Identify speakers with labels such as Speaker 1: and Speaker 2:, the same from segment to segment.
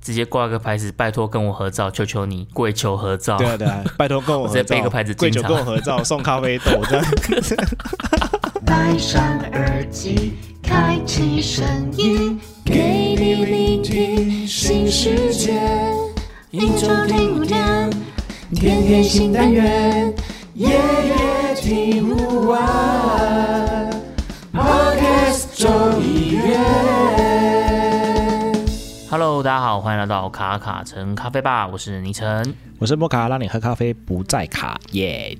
Speaker 1: 直接挂个牌子，拜托跟我合照，求求你，跪求合照。
Speaker 2: 对啊对啊，拜托跟我
Speaker 1: 我
Speaker 2: 合
Speaker 1: 直接
Speaker 2: 照，
Speaker 1: 背个牌子
Speaker 2: 跪
Speaker 1: 进
Speaker 2: 求
Speaker 1: 场
Speaker 2: 跟我合照，送咖啡豆这样。
Speaker 3: 戴上耳机，开启声音，给你聆听新世界。一周听五天，天天新单元，夜夜听不完。Podcast 周一月。
Speaker 1: Hello，大家好，欢迎来到卡卡城咖啡吧，我是倪晨。
Speaker 2: 我是摩卡，让你喝咖啡不再卡耶。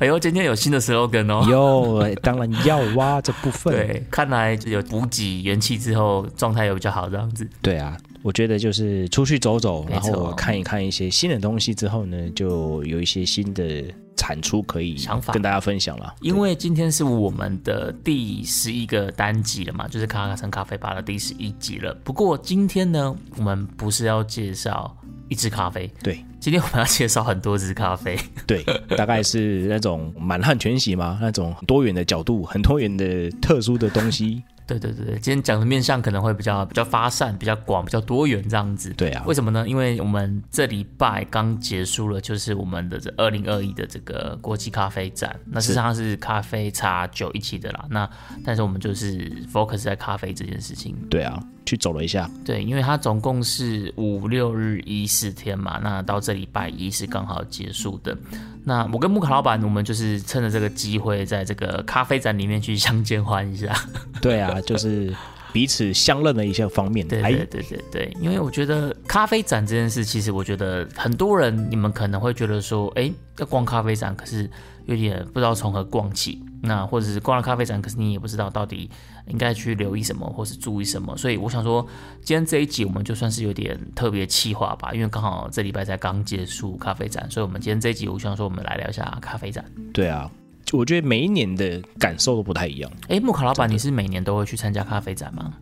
Speaker 1: 哎呦，今天有新的 slogan 哦。
Speaker 2: 哟、当然要哇，这部分
Speaker 1: 对，看来有补给元气之后，状态有比较好这样子。
Speaker 2: 对啊，我觉得就是出去走走，
Speaker 1: 没
Speaker 2: 然后
Speaker 1: 错
Speaker 2: 我看一看一些新的东西之后呢，就有一些新的产出可以
Speaker 1: 想法
Speaker 2: 跟大家分享了。
Speaker 1: 因为今天是我们的第十一个单集了嘛，就是卡卡城咖啡吧的第十一集了。不过今天呢，我们不是要介绍一支咖啡，
Speaker 2: 对
Speaker 1: 今天我们要介绍很多支咖啡。
Speaker 2: 对，大概是那种满汉全席嘛，那种多元的角度，很多元的特殊的东西。
Speaker 1: 对对对对，今天讲的面向可能会比较比较发散、比较广、比较多元这样子。
Speaker 2: 对啊
Speaker 1: 为什么呢？因为我们这礼拜刚结束了，就是我们的这二零二一的这个国际咖啡展，那事实上是咖啡茶酒一起的啦。那但是我们就是 focus 在咖啡这件事情。
Speaker 2: 对啊，去走了一下，
Speaker 1: 对，因为它总共是五六日一四天嘛，那到这礼拜一是刚好结束的。那我跟木卡老板，我们就是趁着这个机会，在这个咖啡展里面去相见欢一下。
Speaker 2: 对啊，就是彼此相认了一下方面。
Speaker 1: 对对对对对，因为我觉得咖啡展这件事，其实我觉得很多人你们可能会觉得说，哎，要逛咖啡展，可是有点不知道从何逛起。那或者是逛了咖啡展，可是你也不知道到底应该去留意什么，或是注意什么。所以我想说，今天这一集我们就算是有点特别企划吧，因为刚好这礼拜才刚结束咖啡展，所以我们今天这一集我想说，我们来聊一下咖啡展。
Speaker 2: 对啊，我觉得每一年的感受都不太一样。
Speaker 1: 哎，木卡老板，你是每年都会去参加咖啡展吗？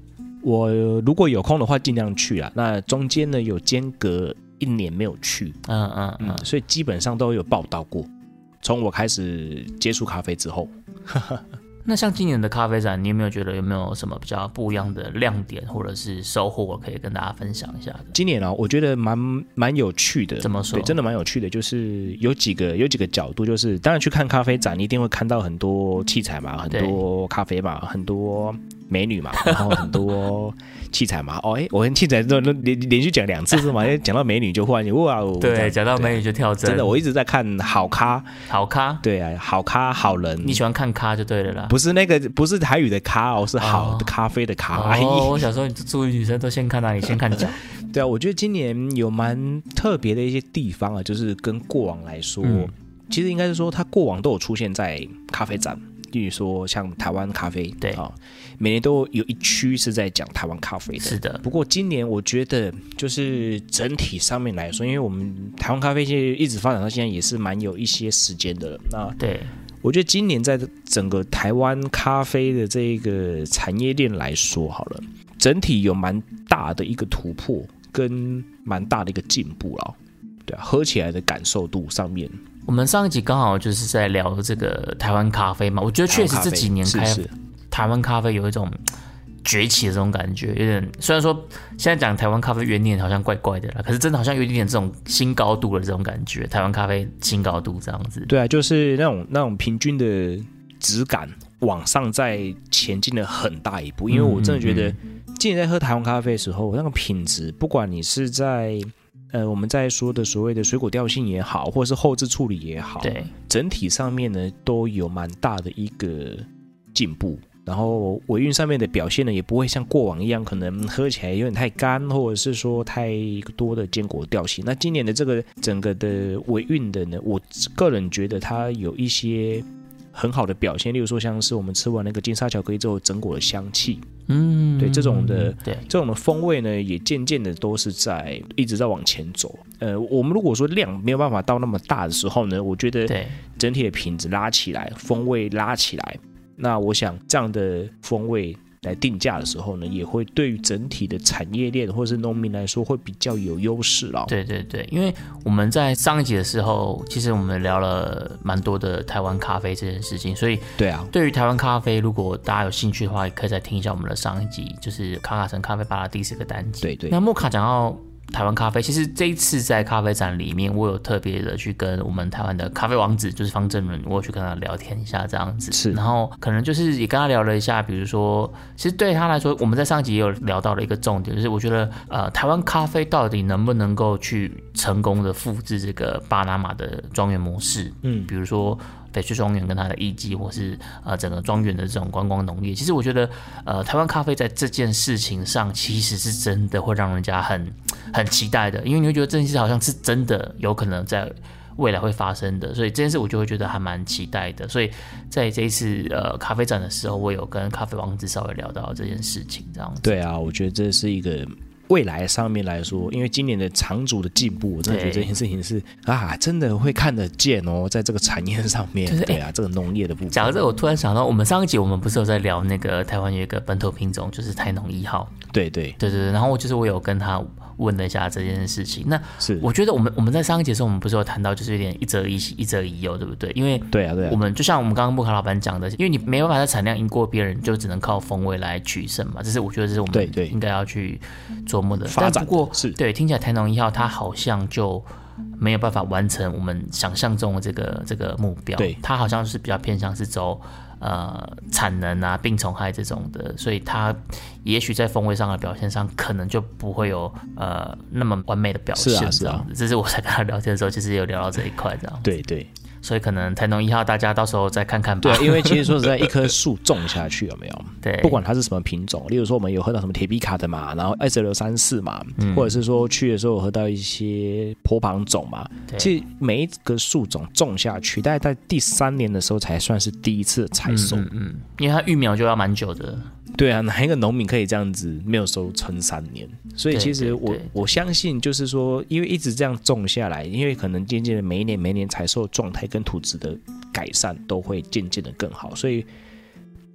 Speaker 2: 我如果有空的话，尽量去啦。那中间呢，有间隔一年没有去，
Speaker 1: 嗯嗯嗯
Speaker 2: 嗯，，所以基本上都有报道过。从我开始接触咖啡之后，
Speaker 1: 那像今年的咖啡展，你有没有觉得有没有什么比较不一样的亮点或者是收获可以跟大家分享一下的？
Speaker 2: 今年啊，我觉得蛮蛮有趣的。
Speaker 1: 怎么说
Speaker 2: 对，真的蛮有趣的，就是有几个有几个角度，就是当然去看咖啡展，你一定会看到很多器材嘛，很
Speaker 1: 对
Speaker 2: 多咖啡嘛，很多美女嘛，然后很多 器材嘛。哦，哎，我跟器材都连连续讲两次是吗？因为讲到美女就忽然哇哦，这样
Speaker 1: 对，讲到美
Speaker 2: 对
Speaker 1: 女就跳针，
Speaker 2: 真的，我一直在看好咖，
Speaker 1: 好咖，
Speaker 2: 对啊，好咖好人，
Speaker 1: 你喜欢看咖就对了啦。
Speaker 2: 不是那个不是台语的咖哦，是好
Speaker 1: 哦
Speaker 2: 的咖啡的咖。哎
Speaker 1: 哦，我小时候注意女生都先看哪里，先看 脚。
Speaker 2: 对啊，我觉得今年有蛮特别的一些地方啊，就是跟过往来说，
Speaker 1: 嗯
Speaker 2: 其实应该是说它过往都有出现在咖啡展，例如说像台湾咖啡，
Speaker 1: 对
Speaker 2: 啊、每年都有一区是在讲台湾咖啡的。
Speaker 1: 是的，
Speaker 2: 不过今年我觉得就是整体上面来说，因为我们台湾咖啡现在一直发展到现在也是蛮有一些时间的了。那
Speaker 1: 对，
Speaker 2: 我觉得今年在整个台湾咖啡的这个产业链来说，好了，整体有蛮大的一个突破，跟蛮大的一个进步了。对啊，喝起来的感受度上面，
Speaker 1: 我们上一集刚好就是在聊这个台湾咖啡嘛，我觉得确实这几年开
Speaker 2: 台湾咖啡是是
Speaker 1: 台湾咖啡有一种嘖崛起的这种感觉，有点虽然说现在讲台湾咖啡元年好像怪怪的啦，可是真的好像有一点点这种新高度的这种感觉，台湾咖啡新高度这样子。
Speaker 2: 对啊，就是那种那种平均的质感往上在前进了很大一步。因为我真的觉得
Speaker 1: 嗯，
Speaker 2: 今年在喝台湾咖啡的时候，那个品质，不管你是在呃我们在说的所谓的水果调性也好，或者是后置处理也好，
Speaker 1: 对，
Speaker 2: 整体上面呢都有蛮大的一个进步。然后尾韵上面的表现呢，也不会像过往一样，可能喝起来有点太干，或者是说太多的坚果调性。那今年的这个整个的尾韵的呢，我个人觉得它有一些很好的表现，例如说像是我们吃完那个金沙巧克力之后，整果的香气，
Speaker 1: 嗯
Speaker 2: 对这种的
Speaker 1: 对
Speaker 2: 这种的风味呢，也渐渐的都是在一直在往前走。呃，我们如果说量没有办法到那么大的时候呢，我觉得
Speaker 1: 对，
Speaker 2: 整体的品质拉起来，风味拉起来。那我想这样的风味来定价的时候呢，也会对于整体的产业链或是农民来说会比较有优势了。
Speaker 1: 对对对，因为我们在上一集的时候，其实我们聊了蛮多的台湾咖啡这件事情，所以
Speaker 2: 对啊，
Speaker 1: 对于台湾咖啡，如果大家有兴趣的话，也可以再听一下我们的上一集，就是卡卡城咖啡吧的第四个单集。
Speaker 2: 对对
Speaker 1: 那莫卡讲到台湾咖啡。其实这一次在咖啡展里面，我有特别的去跟我们台湾的咖啡王子，就是方正伦，我有去跟他聊天一下这样子。
Speaker 2: 是
Speaker 1: 然后可能就是也跟他聊了一下，比如说，其实对他来说，我们在上一集也有聊到了一个重点，就是我觉得呃，台湾咖啡到底能不能够去成功的复制这个巴拿马的庄园模式？
Speaker 2: 嗯
Speaker 1: 比如说北区庄园跟它的艺妓，或是呃整个庄园的这种观光农业，其实我觉得呃台湾咖啡在这件事情上，其实是真的会让人家很很期待的，因为你会觉得这件事好像是真的有可能在。未来会发生的，所以这件事我就会觉得还蛮期待的。所以在这一次呃咖啡展的时候，我有跟咖啡王子稍微聊到这件事情，这样子。
Speaker 2: 对啊，我觉得这是一个未来上面来说，因为今年的长足的进步，我真的觉得
Speaker 1: 对
Speaker 2: 这件事情是啊，真的会看得见哦，在这个产业上面，
Speaker 1: 就是
Speaker 2: 对啊，这个农业的部分，
Speaker 1: 讲到这个，我突然想到，我们上一集我们不是有在聊那个台湾有一个本土品种，就是台农一号，
Speaker 2: 对对
Speaker 1: 对对对，然后就是我有跟他问了一下这件事情。那
Speaker 2: 是，
Speaker 1: 我觉得我们我们在上一节的时候，我们不是有谈到，就是有点一则一喜，一则一忧，对不对？因为
Speaker 2: 对啊对啊
Speaker 1: 我，们就像我们刚刚木卡老板讲的，因为你没办法在产量赢过别人，就只能靠风味来取胜嘛。这是我觉得这是我
Speaker 2: 对
Speaker 1: 们
Speaker 2: 对
Speaker 1: 应该要去琢磨的。
Speaker 2: 发
Speaker 1: 但
Speaker 2: 展
Speaker 1: 不过
Speaker 2: 的是
Speaker 1: 对，听起来台农一号它好像就没有办法完成我们想象中的这个这个目标，
Speaker 2: 对
Speaker 1: 它好像是比较偏向是走。呃，产能啊，病虫害这种的，所以它也许在风味上的表现上，可能就不会有呃那么完美的表
Speaker 2: 是
Speaker 1: 现
Speaker 2: 啊
Speaker 1: 这样子。
Speaker 2: 是啊
Speaker 1: 这是我在跟他聊天的时候，其实有聊到这一块这样。
Speaker 2: 对对
Speaker 1: 所以可能台农一号大家到时候再看看吧。
Speaker 2: 对啊，因为其实说实在，一棵树种下去有没有？
Speaker 1: 对，
Speaker 2: 不管它是什么品种，例如说我们有喝到什么铁皮卡的嘛，然后 S 六三四嘛，
Speaker 1: 嗯
Speaker 2: 或者是说去的时候有喝到一些坡旁种嘛，
Speaker 1: 对
Speaker 2: 其实每一个树种种下去，大概在第三年的时候才算是第一次采收。
Speaker 1: 嗯嗯，因为它育苗就要蛮久的，
Speaker 2: 对啊，哪一个农民可以这样子没有收成三年？所以
Speaker 1: 对
Speaker 2: 其实
Speaker 1: 对
Speaker 2: 我
Speaker 1: 对
Speaker 2: 我相信，就是说，因为一直这样种下来，因为可能渐渐的每一年每一年采收状态跟土质的改善都会渐渐的更好，所以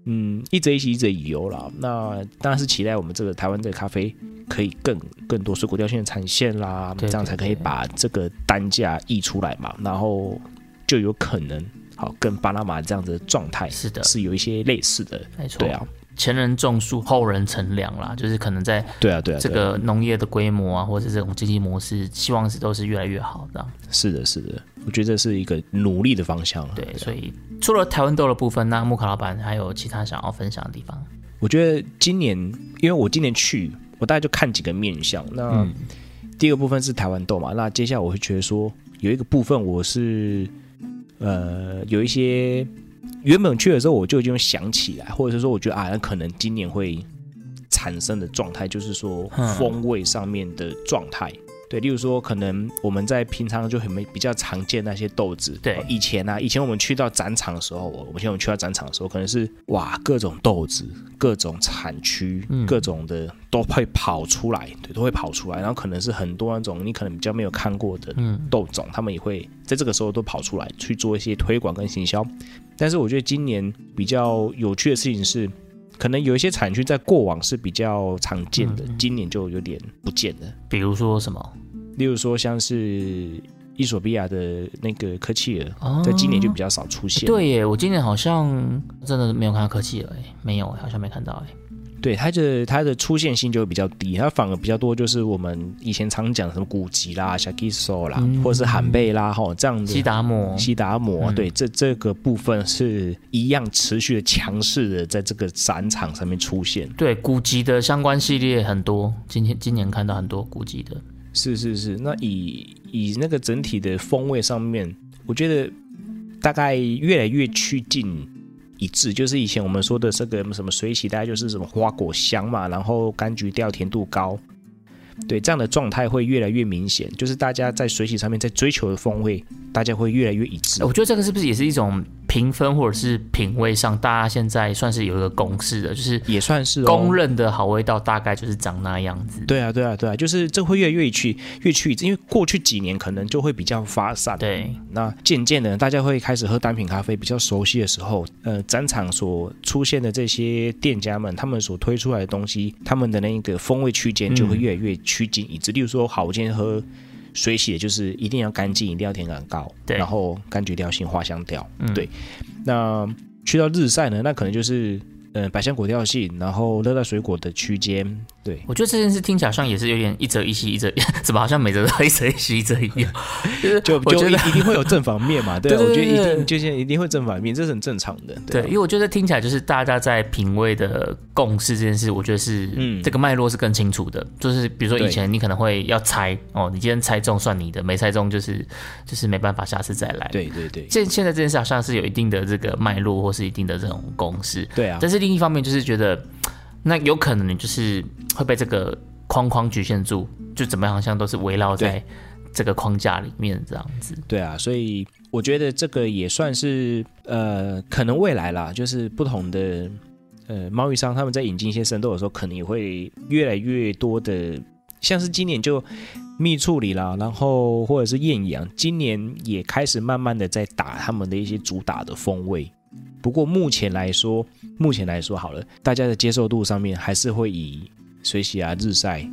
Speaker 2: 嗯，一直一起一直以游啦。那当然是期待我们这个台湾这个咖啡可以更更多水果调性的产线啦，
Speaker 1: 对
Speaker 2: 这样才可以
Speaker 1: 对对
Speaker 2: 把这个单价溢出来嘛，然后就有可能好跟巴拿马这样子的状态
Speaker 1: 是的
Speaker 2: 是有一些类似的，
Speaker 1: 没错。
Speaker 2: 对啊，
Speaker 1: 前人种树，后人乘凉啦，就是可能在
Speaker 2: 对啊，对啊，
Speaker 1: 这
Speaker 2: 对啊
Speaker 1: 个农业的规模啊，或者这种经济模式，希望是都是越来越好这样。
Speaker 2: 是的，是的，我觉得这是一个努力的方向了。
Speaker 1: 对，
Speaker 2: 啊
Speaker 1: 所以除了台湾豆的部分，那木卡老板还有其他想要分享的地方？
Speaker 2: 我觉得今年，因为我今年去，我大概就看几个面向。那
Speaker 1: 嗯
Speaker 2: 第一个部分是台湾豆嘛，那接下来我会觉得说，有一个部分我是呃有一些原本去的时候我就已经想起来，或者是说我觉得啊，那可能今年会产生的状态，就是说
Speaker 1: 嗯
Speaker 2: 风味上面的状态。对，例如说，可能我们在平常就很没比较常见那些豆子。
Speaker 1: 对
Speaker 2: 哦以前啊，以前我们去到展场的时候，我我们现在我们去到展场的时候，可能是哇，各种豆子、各种产区、
Speaker 1: 嗯
Speaker 2: 各种的都会跑出来，对，都会跑出来。然后可能是很多那种你可能比较没有看过的
Speaker 1: 嗯，
Speaker 2: 豆种，他们也会在这个时候都跑出来去做一些推广跟行销。但是我觉得今年比较有趣的事情是，可能有一些产区在过往是比较常见的，
Speaker 1: 嗯嗯
Speaker 2: 今年就有点不见了。
Speaker 1: 比如说什么？
Speaker 2: 例如说像是伊索比亚的那个科契尔，
Speaker 1: 哦
Speaker 2: 在今年就比较少出现。
Speaker 1: 对耶，我今年好像真的没有看到科技了耶，没有耶，好像没看到哎。
Speaker 2: 对它的它的出现性就会比较低，它反而比较多就是我们以前常讲的什么古籍啦、小吉索啦，
Speaker 1: 嗯
Speaker 2: 或者是罕贝拉哈这样子。
Speaker 1: 西达摩，
Speaker 2: 西达摩，
Speaker 1: 嗯
Speaker 2: 对这这个部分是一样持续的强势的在这个展场上面出现。
Speaker 1: 对古籍的相关系列很多，今天今年看到很多古籍的，
Speaker 2: 是是是，那以以那个整体的风味上面，我觉得大概越来越趋近一致。就是以前我们说的这个什么水洗，大概就是什么花果香嘛，然后柑橘调甜度高，对这样的状态会越来越明显。就是大家在水洗上面在追求的风味，大家会越来越一致。
Speaker 1: 我觉得这个是不是也是一种评分或者是品味上，大家现在算是有一个共识的，就是
Speaker 2: 也算是、哦、
Speaker 1: 公认的好味道大概就是长那样子。
Speaker 2: 对啊，对啊，对啊，就是这会越来越去越去，因为过去几年可能就会比较发散。
Speaker 1: 对，
Speaker 2: 那渐渐的，大家会开始喝单品咖啡，比较熟悉的时候，呃，展场所出现的这些店家们，他们所推出来的东西，他们的那个风味区间就
Speaker 1: 嗯
Speaker 2: 会越来越趋近一致。例如说，好，我今天喝水洗的就是一定要干净，一定要甜感高，
Speaker 1: 对
Speaker 2: 然后柑橘调性、花香调，
Speaker 1: 嗯
Speaker 2: 对。那去到日晒呢，那可能就是呃百香果调性，然后热带水果的区间，对，
Speaker 1: 我觉得这件事听起来好像也是有点一则一息，一则 怎么好像每则都一则一息，一则 一
Speaker 2: 啊
Speaker 1: 样。就是
Speaker 2: 就
Speaker 1: 呃我
Speaker 2: 就
Speaker 1: 觉
Speaker 2: 一
Speaker 1: 得
Speaker 2: 一定会有正反面 嘛，对啊，
Speaker 1: 对
Speaker 2: 我觉
Speaker 1: 对
Speaker 2: 得一
Speaker 1: 对
Speaker 2: 定就是一定会正反面，这是很正常的，
Speaker 1: 对，
Speaker 2: 啊
Speaker 1: 因为我觉得听起来就是大家在品味的共识这件事，我觉得是
Speaker 2: 嗯
Speaker 1: 这个脉络是更清楚的。就是比如说
Speaker 2: 对
Speaker 1: 以前你可能会要猜哦，你今天猜中算你的，没猜中就是就是没办法，下次再来。，
Speaker 2: 对对对
Speaker 1: 现现在这件事好像是有一定的这个脉络，或是一定的这种公式。
Speaker 2: 对啊，
Speaker 1: 但是另一方面就是觉得，那有可能你就是会被这个框框局限住，就怎么样好像都是围绕在
Speaker 2: 对
Speaker 1: 这个框架里面这样子。
Speaker 2: 对啊，所以我觉得这个也算是呃，可能未来啦，就是不同的呃贸易商他们在引进一些生豆的时候，可能也会越来越多的，像是今年就蜜处理啦，然后或者是艳阳，今年也开始慢慢的在打他们的一些主打的风味。不过目前来说，目前来说好了，大家的接受度上面还是会以水洗啊、日晒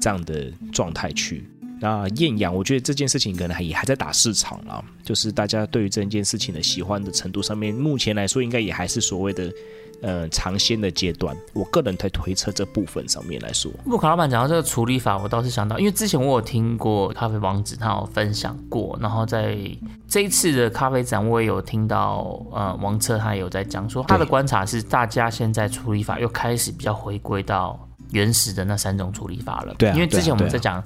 Speaker 2: 这样的状态去。那艳阳，我觉得这件事情可能还也还在打市场啦，就是大家对于这件事情的喜欢的程度上面，目前来说应该也还是所谓的呃尝鲜的阶段。我个人在推测这部分上面来说，
Speaker 1: 木卡老板讲到这个处理法，我倒是想到，因为之前我有听过咖啡王子他有分享过，然后在这一次的咖啡展，我也有听到，呃，王策他也有在讲说，他的观察是大家现在处理法又开始比较回归到原始的那三种处理法了。
Speaker 2: 对啊
Speaker 1: 因为之前我
Speaker 2: 对啊
Speaker 1: 们在讲。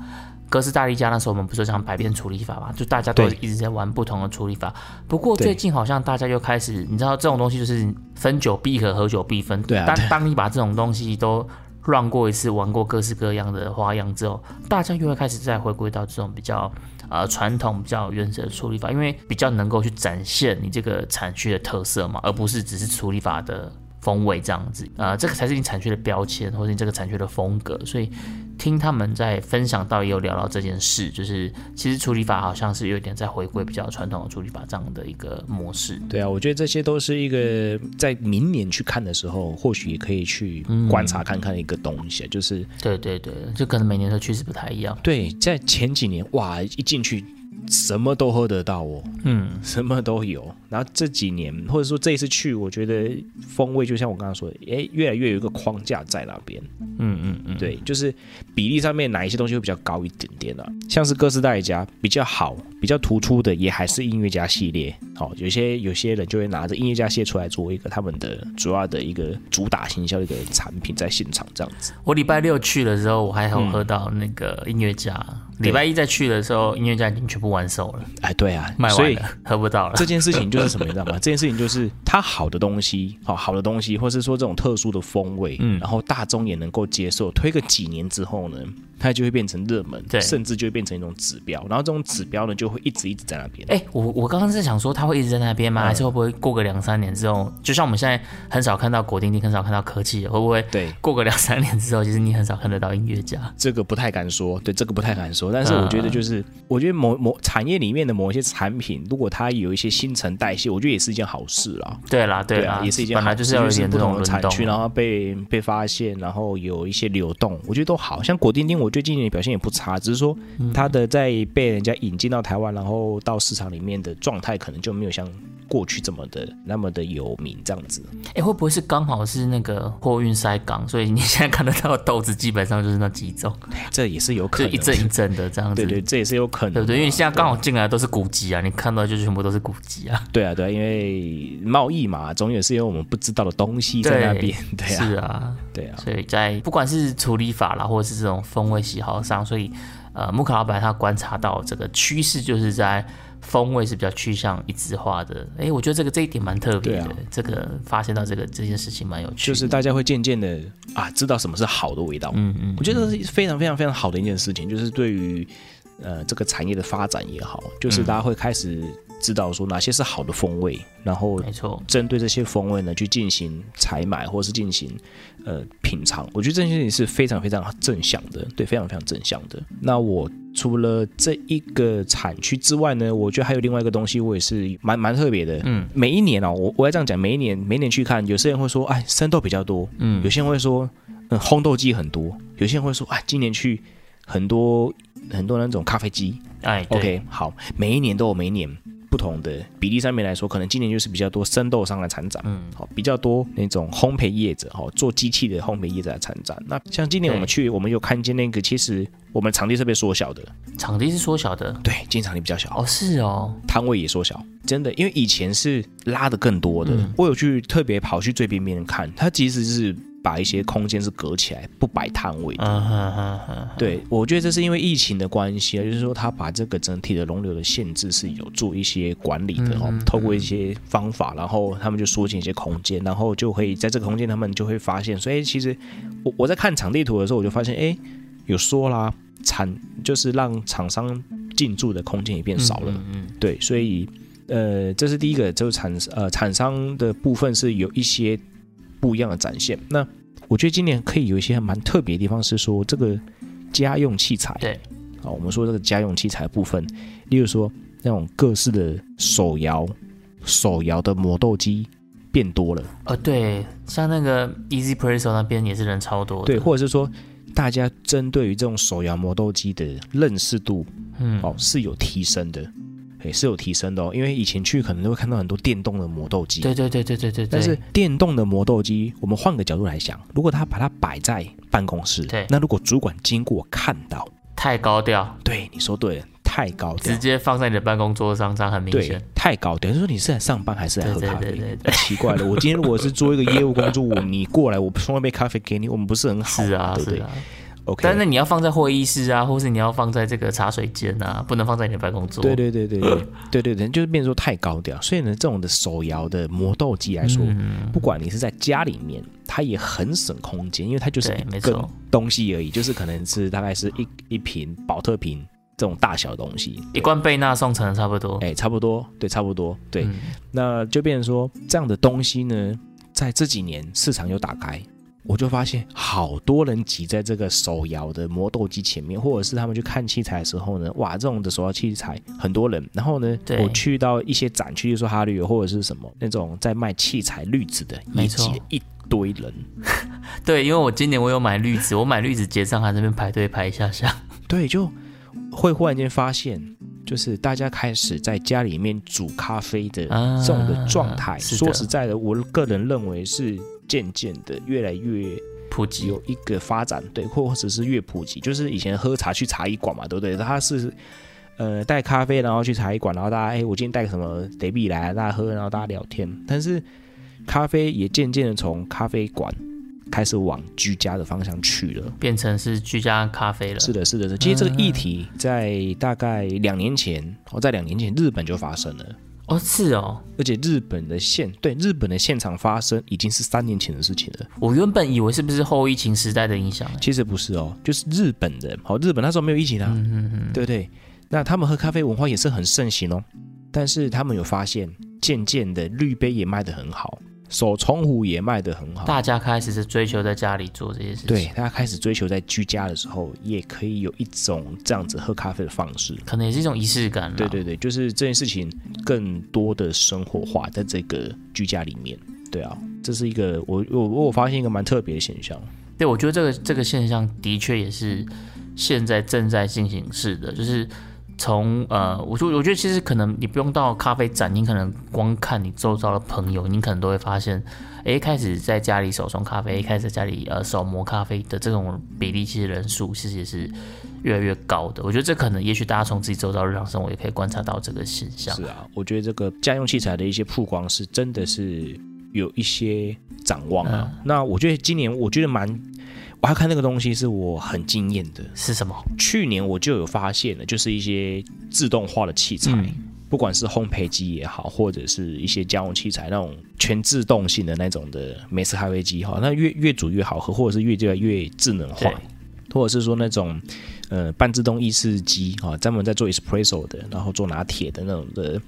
Speaker 1: 哥斯达黎加那时候，我们不是讲百变处理法嘛？就大家都
Speaker 2: 对
Speaker 1: 一直在玩不同的处理法。不过
Speaker 2: 对
Speaker 1: 最近好像大家又开始，你知道这种东西就是分久必合，合久必分。
Speaker 2: 对啊
Speaker 1: 当
Speaker 2: 对啊
Speaker 1: 当你把这种东西都乱过一次，玩过各式各样的花样之后，大家又会开始再回归到这种比较呃传统、比较原始的处理法，因为比较能够去展现你这个产区的特色嘛，而不是只是处理法的风味这样子。呃，这个才是你产区的标签，或者你这个产区的风格。所以听他们在分享到，也有聊到这件事，就是其实处理法好像是有点在回归比较传统的处理法这样的一个模式。
Speaker 2: 对啊，我觉得这些都是一个在明年去看的时候，或许也可以去观察看看的一个东西，啊就是
Speaker 1: 对对对，就可能每年的趋势不太一样。
Speaker 2: 对，在前几年哇，一进去什么都喝得到哦，
Speaker 1: 嗯，
Speaker 2: 什么都有。然后这几年，或者说这一次去，我觉得风味就像我刚刚说的，诶，越来越有一个框架在那边。
Speaker 1: 嗯嗯嗯，
Speaker 2: 对，就是比例上面哪一些东西会比较高一点点啊？像是哥斯达黎加比较好、比较突出的，也还是音乐家系列。哦，有些有些人就会拿着音乐家系列出来作为一个他们的主要的一个主打行销的一个产品，在现场这样子。
Speaker 1: 我礼拜六去的时候，我还有喝到那个音乐家。礼、拜一再去的时候，音乐家已经全部完售了，
Speaker 2: 哎，对啊
Speaker 1: 卖，
Speaker 2: 所
Speaker 1: 完
Speaker 2: 以
Speaker 1: 了，喝不 到了
Speaker 2: 这。件事情就是什么，你知道吗？这件事情就是它好的东西，好好的东西，或是说这种特殊的风味，
Speaker 1: 嗯
Speaker 2: 然后大众也能够接受，推个几年之后呢，它就会变成热门，
Speaker 1: 对
Speaker 2: 甚至就会变成一种指标，然后这种指标呢，就会一直一直在那边。
Speaker 1: 哎、我我刚刚是想说，他会一直在那边吗？还是会不会过个两三年之后，就像我们现在很少看到果丁丁，很少看到科技，会不会
Speaker 2: 对
Speaker 1: 过个两三年之后，其实你很少看得到音乐家？
Speaker 2: 这个不太敢说，对，这个不太敢说。但是
Speaker 1: 啊
Speaker 2: 我觉得就是，我觉得某某产业里面的某一些产品，如果它有一些新陈代谢，我觉得也是一件好事啦。
Speaker 1: 对啦，
Speaker 2: 对
Speaker 1: 啦，
Speaker 2: 啊，也是一件
Speaker 1: 本来
Speaker 2: 好
Speaker 1: 就是
Speaker 2: 事
Speaker 1: 要有
Speaker 2: 就
Speaker 1: 一点
Speaker 2: 不
Speaker 1: 这种
Speaker 2: 同的
Speaker 1: 轮
Speaker 2: 产区，然
Speaker 1: 动。啊
Speaker 2: 后被被发现，然后有一些流动，我觉得都好像果丁丁，我觉得今年表现也不差，只是说它的在被人家引进到台湾，然后到市场里面的状态，可能就没有像过去这么的那么的有名这样子。
Speaker 1: 哎、会不会是刚好是那个货运塞港，所以你现在看得到的豆子基本上就是那几 种，
Speaker 2: 这也是有可
Speaker 1: 就
Speaker 2: 能的，
Speaker 1: 一阵一阵的这样子。
Speaker 2: 对对，这也是有可能的
Speaker 1: 对不
Speaker 2: 啊，
Speaker 1: 对？因为你现在刚好进来都是古籍啊，你看到就全部都是古籍啊。
Speaker 2: 对啊对啊，因为贸易嘛，总有是有我们不知道的东西在那边， 对啊
Speaker 1: 是啊，
Speaker 2: 对啊，
Speaker 1: 所以在不管是处理法啦，或者是这种风味喜好上，所以呃，木卡老板他观察到这个趋势，就是在风味是比较趋向一致化的。哎，我觉得这个这一点蛮特别的，
Speaker 2: 对啊
Speaker 1: 这个发现到这个这件事情蛮有趣
Speaker 2: 就
Speaker 1: 的。
Speaker 2: 是大家会渐渐的啊，知道什么是好的味道，
Speaker 1: 嗯嗯，
Speaker 2: 我觉得这是非常非常非常好的一件事情，就是对于呃这个产业的发展也好，
Speaker 1: 嗯
Speaker 2: 就是大家会开始知道说哪些是好的风味，然后
Speaker 1: 没错，
Speaker 2: 针对这些风味呢去进行采买或是进行呃品尝。我觉得这件事情是非常非常正向的，对，非常非常正向的。那我除了这一个产区之外呢，我觉得还有另外一个东西，我也是蛮蛮特别的。
Speaker 1: 嗯，
Speaker 2: 每一年哦，我我要这样讲，每一年每一年去看，有些人会说，哎，生豆比较多，
Speaker 1: 嗯
Speaker 2: 有，些人会说，嗯，烘豆机很多；有些人会说，啊，今年去很多很多那种咖啡机。
Speaker 1: 哎对
Speaker 2: OK，好，每一年都有每一年不同的比例上面来说，可能今年就是比较多生豆商来参展，
Speaker 1: 嗯，
Speaker 2: 好，比较多那种烘焙业者，好做机器的烘焙业者来参展。那像今年我们
Speaker 1: 对
Speaker 2: 去，我们有看见那个，其实我们场地是被缩小的，
Speaker 1: 场地是缩小的。
Speaker 2: 对，今天场地比较小，
Speaker 1: 哦，是哦，
Speaker 2: 摊位也缩小，真的，因为以前是拉的更多的。我有去特别跑去最边边看，它其实是把一些空间是隔起来，不摆摊位的。
Speaker 1: 嗯哼哼哼，
Speaker 2: 对，我觉得这是因为疫情的关系啊，就是说它把这个整体的容留的限制是有做一些管理
Speaker 1: 嗯
Speaker 2: 的哦，透过一些方法，然后他们就缩进一些空间，然后就可以在这个空间，他们就会发现，所以其实我我在看场地图的时候，我就发现，哎，有缩啦，产就是让厂商进驻的空间也变少了。
Speaker 1: 嗯嗯，
Speaker 2: 对，所以呃，这是第一个，就是产呃厂商的部分是有一些不一样的展现。那我觉得今年可以有一些蛮特别的地方，是说这个家用器材，
Speaker 1: 对，
Speaker 2: 啊，我们说这个家用器材的部分，例如说那种各式的手摇、手摇的磨豆机变多了，
Speaker 1: 哦对，像那个 Easy Presso 那边也是人超多的，
Speaker 2: 对，或者是说。大家针对于这种手摇磨豆机的认识度
Speaker 1: 嗯，
Speaker 2: 哦是有提升的，也是有提升的哦。因为以前去可能都会看到很多电动的磨豆机，
Speaker 1: 对对对对对对，
Speaker 2: 但是
Speaker 1: 对
Speaker 2: 电动的磨豆机，我们换个角度来想，如果他把它摆在办公室，
Speaker 1: 对
Speaker 2: 那如果主管经过看到，
Speaker 1: 太高调，
Speaker 2: 对，啊你说对了，太高调
Speaker 1: 直，接放在你的办公桌上，这样很明
Speaker 2: 对
Speaker 1: 显，，
Speaker 2: 太高调，就是说你是在上班还是在喝咖啡？
Speaker 1: 对对对对
Speaker 2: 那奇怪了，我今天如果是做一个业务工作，我你过来，我送一杯咖啡给你，我们不是很好吗，
Speaker 1: 是啊
Speaker 2: 对不
Speaker 1: 是
Speaker 2: 对、
Speaker 1: 啊，
Speaker 2: o k
Speaker 1: 但是你要放在会议室啊，或是你要放在这个茶水间啊，不能放在你的办公桌，
Speaker 2: 对对 对对对对对对，就是变成说太高调，所以呢，这种的手摇的磨豆机来说，
Speaker 1: 嗯
Speaker 2: 不管你是在家里面，它也很省空间，因为它就是
Speaker 1: 对
Speaker 2: 一
Speaker 1: 没
Speaker 2: 个
Speaker 1: 错
Speaker 2: 东西而已，就是可能是大概是一一瓶保特瓶这种大小的东西，
Speaker 1: 一罐贝纳颂成的差不多，
Speaker 2: 哎、差不多，对，差不多，对，
Speaker 1: 嗯
Speaker 2: 那就变成说这样的东西呢，在这几年市场有打开。我就发现好多人挤在这个手摇的磨豆机前面，或者是他们去看器材的时候呢，哇，这种的手摇器材很多人。然后呢，
Speaker 1: 对
Speaker 2: 我去到一些展区，就说哈绿或者是什么那种在卖器材绿植的，
Speaker 1: 没
Speaker 2: 也
Speaker 1: 错
Speaker 2: 挤了一堆人。
Speaker 1: 对，因为我今年我有买绿植，我买绿植结账还在那边排队排一下下，
Speaker 2: 对，就会忽然间发现，就是大家开始在家里面煮咖啡的
Speaker 1: 啊
Speaker 2: 这种的状态。
Speaker 1: 是的
Speaker 2: 说实在的，我个人认为是渐渐的越来越
Speaker 1: 普及
Speaker 2: 有一个发展，对，或者是越普及，就是以前喝茶去茶艺馆嘛，对不对？它是。呃，带咖啡，然后去茶艺馆，然后大家，哎，我今天带个什么得必来啊，大家喝，然后大家聊天。但是咖啡也渐渐的从咖啡馆开始往居家的方向去了。
Speaker 1: 变成是居家咖啡了，
Speaker 2: 是的，是的，是的其实这个议题在大概两年前，哦，在两年前日本就发生了，
Speaker 1: 哦是哦，
Speaker 2: 而且日本的现对日本的现场发生已经是三年前的事情了。
Speaker 1: 我原本以为是不是后疫情时代的影响、欸
Speaker 2: 其实不是哦，就是日本人，好、日本那时候没有疫情啊，对不对？那他们喝咖啡文化也是很盛行哦，但是他们有发现，渐渐的绿杯也卖得很好，手冲壶也卖得很好，
Speaker 1: 大家开始是追求在家里做这些事情，
Speaker 2: 对，，大家开始追求在居家的时候也可以有一种这样子喝咖啡的方式。
Speaker 1: 可能也是一种仪式感啦。
Speaker 2: 对对对，就是这件事情更多的生活化在这个居家里面。对啊，这是一个我我我发现一个蛮特别的现象。
Speaker 1: 对，我觉得这个这个现象的确也是现在正在进行式的，就是从呃，我就我觉得其实可能你不用到咖啡展，你可能光看你周遭的朋友，你可能都会发现，诶，开始在家里手冲咖啡，开始在家里呃手磨咖啡的这种比例，其实人数其实也是越来越高的。我觉得这可能也许大家从自己周遭日常生活也可以观察到这个现象
Speaker 2: 是。啊，我觉得这个家用器材的一些曝光是真的是有一些展望啊。那我觉得今年我觉得蛮，我还看那个东西是我很惊艳的。
Speaker 1: 是什么？
Speaker 2: 去年我就有发现了，就是一些自动化的器材。
Speaker 1: 嗯
Speaker 2: 不管是烘焙机也好，或者是一些家用器材那种全自动性的那种的美式咖啡机哈，那越越煮越好喝，或者是越越来越智能化
Speaker 1: 对，
Speaker 2: 或者是说那种呃半自动意式机哈，专门在做 espresso 的，然后做拿铁的那种的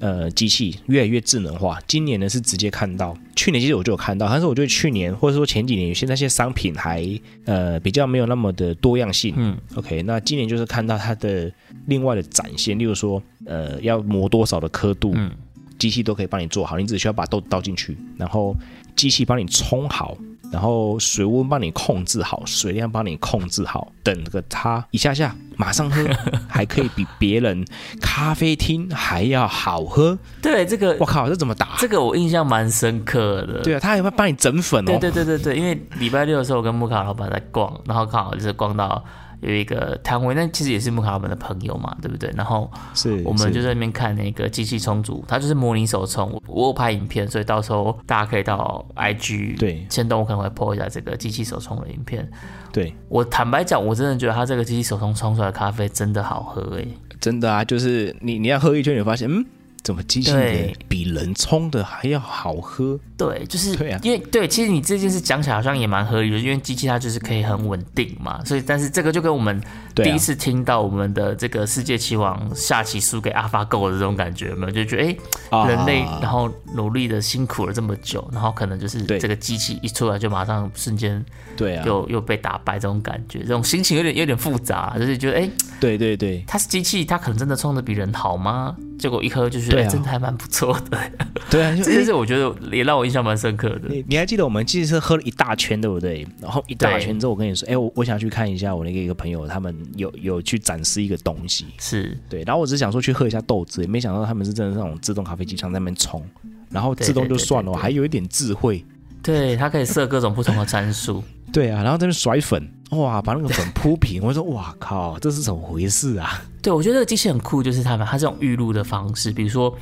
Speaker 2: 呃机器越来越智能化。今年呢是直接看到，去年其实我就有看到，但是我觉得去年或者说前几年有些那些商品还呃比较没有那么的多样性，
Speaker 1: 嗯
Speaker 2: ，OK，那今年就是看到它的另外的展现，例如说呃要磨多少的刻度，
Speaker 1: 嗯，
Speaker 2: 机器都可以帮你做好，你只需要把豆倒进去，然后机器帮你冲好，然后水温帮你控制好，水量帮你控制好，等个它一下下马上喝，还可以比别人咖啡厅还要好喝。
Speaker 1: 对，这个
Speaker 2: 我靠，这怎么打？
Speaker 1: 这个我印象蛮深刻的。
Speaker 2: 对啊，他还会帮你整粉
Speaker 1: 对
Speaker 2: 哦。
Speaker 1: 对对对对，因为礼拜六的时候，我跟木卡老板在逛，然后刚好就是逛到有一个摊位，那其实也是木卡老板的朋友嘛，对不对？然后
Speaker 2: 是
Speaker 1: 我们就是在那边看那个机器冲煮，它就是模拟手冲。我我有拍影片，所以到时候大家可以到 IG
Speaker 2: 对
Speaker 1: 先动，我可能会 po 一下这个机器手冲的影片。
Speaker 2: 对，
Speaker 1: 我坦白讲，我真的觉得它这个机器手冲冲出来的咖啡真的好喝欸诶、
Speaker 2: 真的啊，就是你你要喝一圈，你会发现嗯，怎么机器的
Speaker 1: 对
Speaker 2: 比人冲的还要好喝？
Speaker 1: 对，就是
Speaker 2: 对啊
Speaker 1: 因为对，其实你这件事讲起来好像也蛮合理的，因为机器它就是可以很稳定嘛，所以但是这个就跟我们
Speaker 2: 对啊
Speaker 1: 第一次听到我们的这个世界棋王下棋输给阿法狗的这种感觉，有没有？就觉得哎、
Speaker 2: 啊
Speaker 1: 人类然后努力的辛苦了这么久，然后可能就是
Speaker 2: 对
Speaker 1: 这个机器一出来就马上瞬间
Speaker 2: 对啊，
Speaker 1: 又、又被打败这种感觉，这种心情有点有点复杂，就是觉得哎、
Speaker 2: 对对对，
Speaker 1: 它是机器，它可能真的冲的比人好吗？结果一喝就是、
Speaker 2: 对啊
Speaker 1: 哎真的还蛮不错的，
Speaker 2: 对啊，就
Speaker 1: 这件事我觉得也让我印象蛮深刻的。
Speaker 2: 你你还记得我们其实是喝了一大圈，对不对？然后一大
Speaker 1: 对
Speaker 2: 圈之后，我跟你说，哎、我我想去看一下我那个一个朋友，他们有有去展示一个东西，
Speaker 1: 是
Speaker 2: 对。然后我只想说去喝一下豆子，也没想到他们是真的那种自动咖啡机上在那边冲，然后自动就算了，
Speaker 1: 对对对对对
Speaker 2: 还有一点智慧，
Speaker 1: 对，它可以设各种不同的参数。
Speaker 2: 对啊。然后在那边甩粉，哇，把那个粉铺平，我说哇靠，这是怎么回事啊？
Speaker 1: 对，我觉得这个机器很酷，就是他们它是用预录的方式，比如说。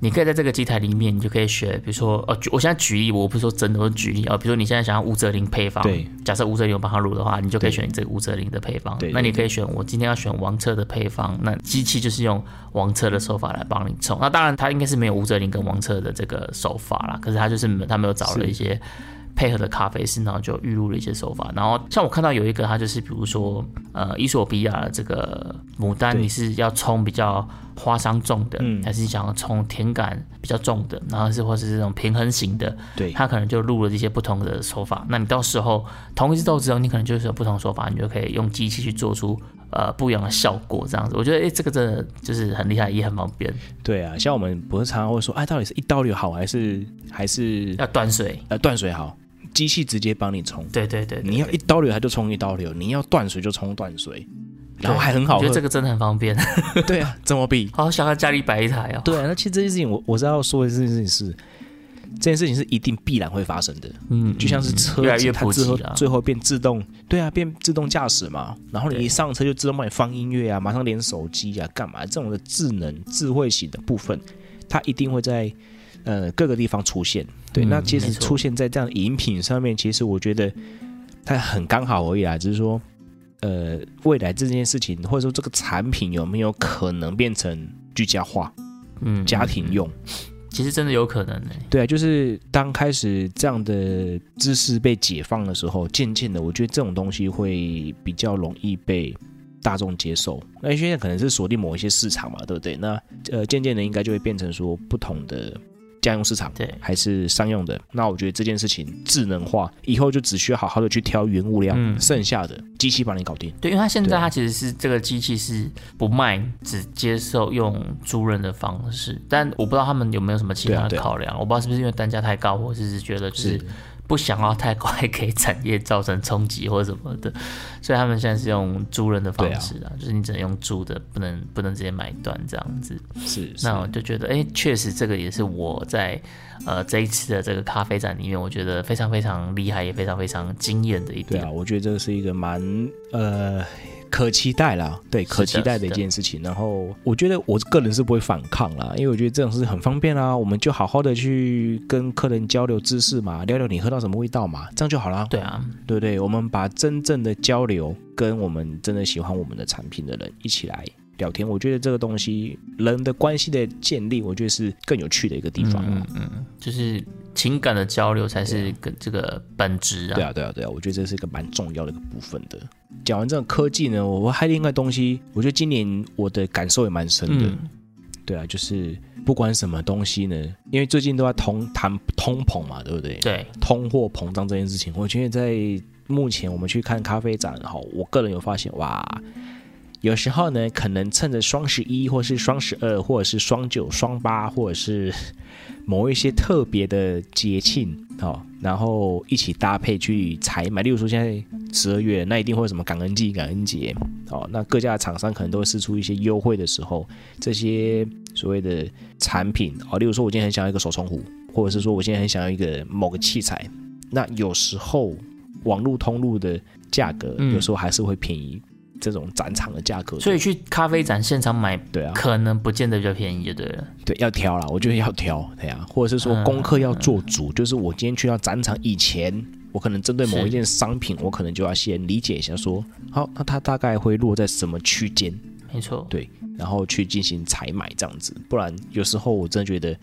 Speaker 1: 你可以在这个机台里面，你就可以学，比如说，呃，举我现在举例，我不是说真的，我举例啊、呃，比如说你现在想要吴哲林配方，
Speaker 2: 对，
Speaker 1: 假设吴哲林有帮他录的话，你就可以
Speaker 2: 对
Speaker 1: 选你这个吴哲林的配方，
Speaker 2: 对对
Speaker 1: 那你可以选我今天要选王策的配方，那机器就是用王策的手法来帮你冲，那当然它应该是没有吴哲林跟王策的这个手法啦，可是它就是它没有找了一些配合的咖啡师，然后就预录了一些手法。然后像我看到有一个，它就是比如说，呃，伊索比亚的这个牡丹，
Speaker 2: 对
Speaker 1: 你是要冲比较花香重的，还是想要冲甜感比较重的，然后是或者是这种平衡型的，
Speaker 2: 对
Speaker 1: 它可能就录了这些不同的手法。那你到时候同一只豆子哦，你可能就是有不同手法，你就可以用机器去做出呃不一样的效果，这样子。我觉得诶、这个真的就是很厉害，也很方便，
Speaker 2: 对啊，像我们不是常常会说，哎，到底是一刀流好还是还是
Speaker 1: 要断水。
Speaker 2: 呃断水好？机器直接帮你冲。
Speaker 1: 对对对对
Speaker 2: 你要一刀流，它就冲一刀流；你要断水就冲断水，然后还很好
Speaker 1: 我觉
Speaker 2: 喝。
Speaker 1: 得这个真的很方便，
Speaker 2: 对啊，怎么比？
Speaker 1: 好想要家里摆一台哦。
Speaker 2: 对啊，那其实这件事情我我是要说的这件事情是，这件事情是一定必然会发生的。
Speaker 1: 嗯，
Speaker 2: 就像是车子，
Speaker 1: 越来越
Speaker 2: 它
Speaker 1: 普
Speaker 2: 之
Speaker 1: 及
Speaker 2: 后
Speaker 1: 了。
Speaker 2: 最后变自动，对啊，变自动驾驶嘛。然后你
Speaker 1: 对
Speaker 2: 一上车就自动帮你放音乐啊，马上连手机啊，干嘛？这种的智能智慧型的部分，它一定会在呃各个地方出现。对，
Speaker 1: 嗯
Speaker 2: 那其实
Speaker 1: 没错
Speaker 2: 出现在这样的饮品上面，其实我觉得它很刚好而已啊啦，只是说。呃，未来这件事情，或者说这个产品有没有可能变成居家化、
Speaker 1: 嗯，
Speaker 2: 家庭用？
Speaker 1: 其实真的有可能欸呢、
Speaker 2: 对啊，就是当开始这样的知识被解放的时候，渐渐的，我觉得这种东西会比较容易被大众接受。那现在可能是锁定某一些市场嘛，对不对？那呃，渐渐的应该就会变成说不同的家用市场。
Speaker 1: 对，
Speaker 2: 还是商用的，那我觉得这件事情智能化以后就只需要好好的去挑原物料，
Speaker 1: 嗯
Speaker 2: 剩下的机器帮你搞定。
Speaker 1: 对，因为它现
Speaker 2: 对
Speaker 1: 在
Speaker 2: 啊
Speaker 1: 它其实是这个机器是不卖，只接受用租人的方式，但我不知道他们有没有什么其
Speaker 2: 对啊
Speaker 1: 他
Speaker 2: 对
Speaker 1: 的
Speaker 2: 啊
Speaker 1: 考量，我不知道是不是因为单价太高，或者是觉得就是不想要太快给产业造成冲击或什么的，所以他们现在是用租人的方
Speaker 2: 对啊
Speaker 1: 式啊，就是你只能用租的，不能不能直接买断这样子。
Speaker 2: 是，是
Speaker 1: 那我就觉得，哎、确实这个也是我在呃这一次的这个咖啡展里面，我觉得非常非常厉害，也非常非常惊艳的一
Speaker 2: 对
Speaker 1: 点。
Speaker 2: 啊，我觉得这是一个蛮呃可期待啦，对，可期待的一件事情。然后我觉得我个人是不会反抗啦，因为我觉得这种事很方便啦，我们就好好的去跟客人交流知识嘛，聊聊你喝到什么味道嘛，这样就好啦，
Speaker 1: 对啊，
Speaker 2: 对不对？我们把真正的交流跟我们真的喜欢我们的产品的人一起来。聊天，我觉得这个东西人的关系的建立，我觉得是更有趣的一个地方啊啦、
Speaker 1: 嗯嗯嗯，就是情感的交流才是跟这个本质啊。
Speaker 2: 啊对啊，对啊，对啊，我觉得这是一个蛮重要的一个部分的。讲完这种科技呢，我还有另外一个东西，我觉得今年我的感受也蛮深的。
Speaker 1: 嗯，
Speaker 2: 对啊，就是不管什么东西呢，因为最近都在通谈通膨嘛，对不对？
Speaker 1: 对，
Speaker 2: 通货膨胀这件事情，我觉得在目前我们去看咖啡展哈，我个人有发现哇，有时候呢，可能趁着双十一或是双十二，或者是双九、双八，或者是某一些特别的节庆哦，然后一起搭配去采买。例如说现在十二月，那一定会有什么感恩季、感恩节哦，那各家厂商可能都会试出一些优惠的时候，这些所谓的产品哦，例如说我今天很想要一个手冲壶，或者是说我现在很想要一个某个器材，那有时候网络通路的价格
Speaker 1: 嗯
Speaker 2: 有时候还是会便宜这种展场的价格的，
Speaker 1: 所以去咖啡展现场买，
Speaker 2: 对啊，
Speaker 1: 可能不见得比较便宜，就对了。
Speaker 2: 对，要挑啦，我觉得要挑，对啊，或者是说
Speaker 1: 嗯
Speaker 2: 功课要做足，就是我今天去到展场以前，我可能针对某
Speaker 1: 是
Speaker 2: 一件商品，我可能就要先理解一下说，好，那它大概会落在什么区间，
Speaker 1: 没错，
Speaker 2: 对，然后去进行采买这样子，不然有时候我真的觉得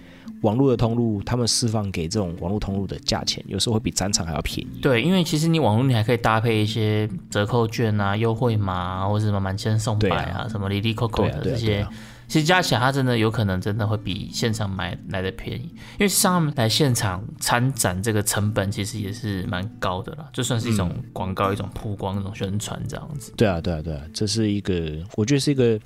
Speaker 2: 网络的通路，他们释放给这种网络通路的价钱，有时候会比展场还要便宜。
Speaker 1: 对，因为其实你网络你还可以搭配一些折扣券啊、优惠码啊，或者什么满千送百
Speaker 2: 对
Speaker 1: 啊、什么里里扣扣
Speaker 2: 对啊
Speaker 1: 的
Speaker 2: 对啊
Speaker 1: 这
Speaker 2: 对
Speaker 1: 些
Speaker 2: 啊，
Speaker 1: 其实加起来它真的有可能真的会比现场买来的便宜，因为上来现场参展这个成本其实也是蛮高的啦，就算是一种广告、一种曝光、一种宣传这样子。
Speaker 2: 对啊，对啊，对啊，这是一个，我觉得是一个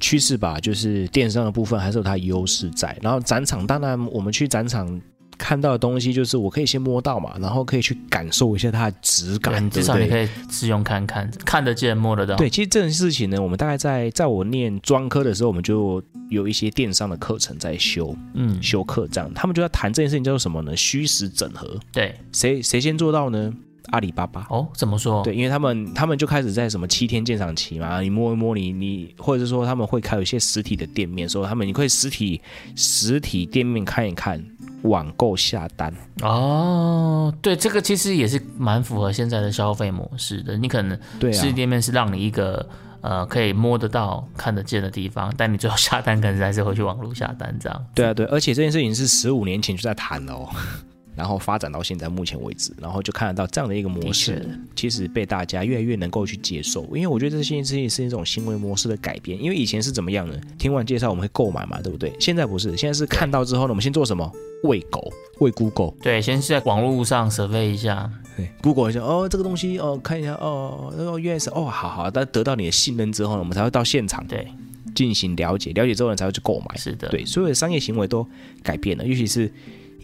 Speaker 2: 趋势吧，就是电商的部分还是有它的优势在。然后展场，当然我们去展场看到的东西，就是我可以先摸到嘛，然后可以去感受一下它的
Speaker 1: 对
Speaker 2: 质感，
Speaker 1: 你至
Speaker 2: 嗯对
Speaker 1: 少你
Speaker 2: 不对？
Speaker 1: 可以试用看看，看得见、摸得到。
Speaker 2: 对，其实这件事情呢，我们大概在在我念专科的时候，我们就有一些电商的课程在修
Speaker 1: 嗯，
Speaker 2: 修课，这样他们就在谈这件事情叫做什么呢？虚实整合，
Speaker 1: 对。
Speaker 2: 谁谁先做到呢？阿里巴巴。
Speaker 1: 哦，怎么说？
Speaker 2: 对，因为他们他们就开始在什么七天鉴赏期嘛，你摸一摸你你，或者是说他们会开有一些实体的店面，说他们你可以实体实体店面看一看，网购下单。
Speaker 1: 哦，对，这个其实也是蛮符合现在的消费模式的。你可能
Speaker 2: 对
Speaker 1: 实体
Speaker 2: 啊，
Speaker 1: 店面是让你一个呃可以摸得到、看得见的地方，但你最后下单可能还是会去网络下单这样。
Speaker 2: 对啊，对，而且这件事情是十五年前就在谈了哦， 然后发展到现在目前为止，然后就看得到这样的一个模式
Speaker 1: 的确，
Speaker 2: 其实被大家越来越能够去接受，因为我觉得这件事情是一种行为模式的改变，因为以前是怎么样呢？听完介绍我们会购买嘛，对不对？现在不是，现在是看到之后呢，我们先做什么？喂狗，喂 Google。
Speaker 1: 对，先是在网络上 survey 一下，
Speaker 2: 对，Google 一下哦，这个东西哦，看一下哦，那个 US 哦，好好，但得到你的信任之后呢，我们才会到现场
Speaker 1: 对，
Speaker 2: 进行了解，了解之后呢才会去购买。
Speaker 1: 是的，
Speaker 2: 哎对，所有的商业行为都改变了，尤其是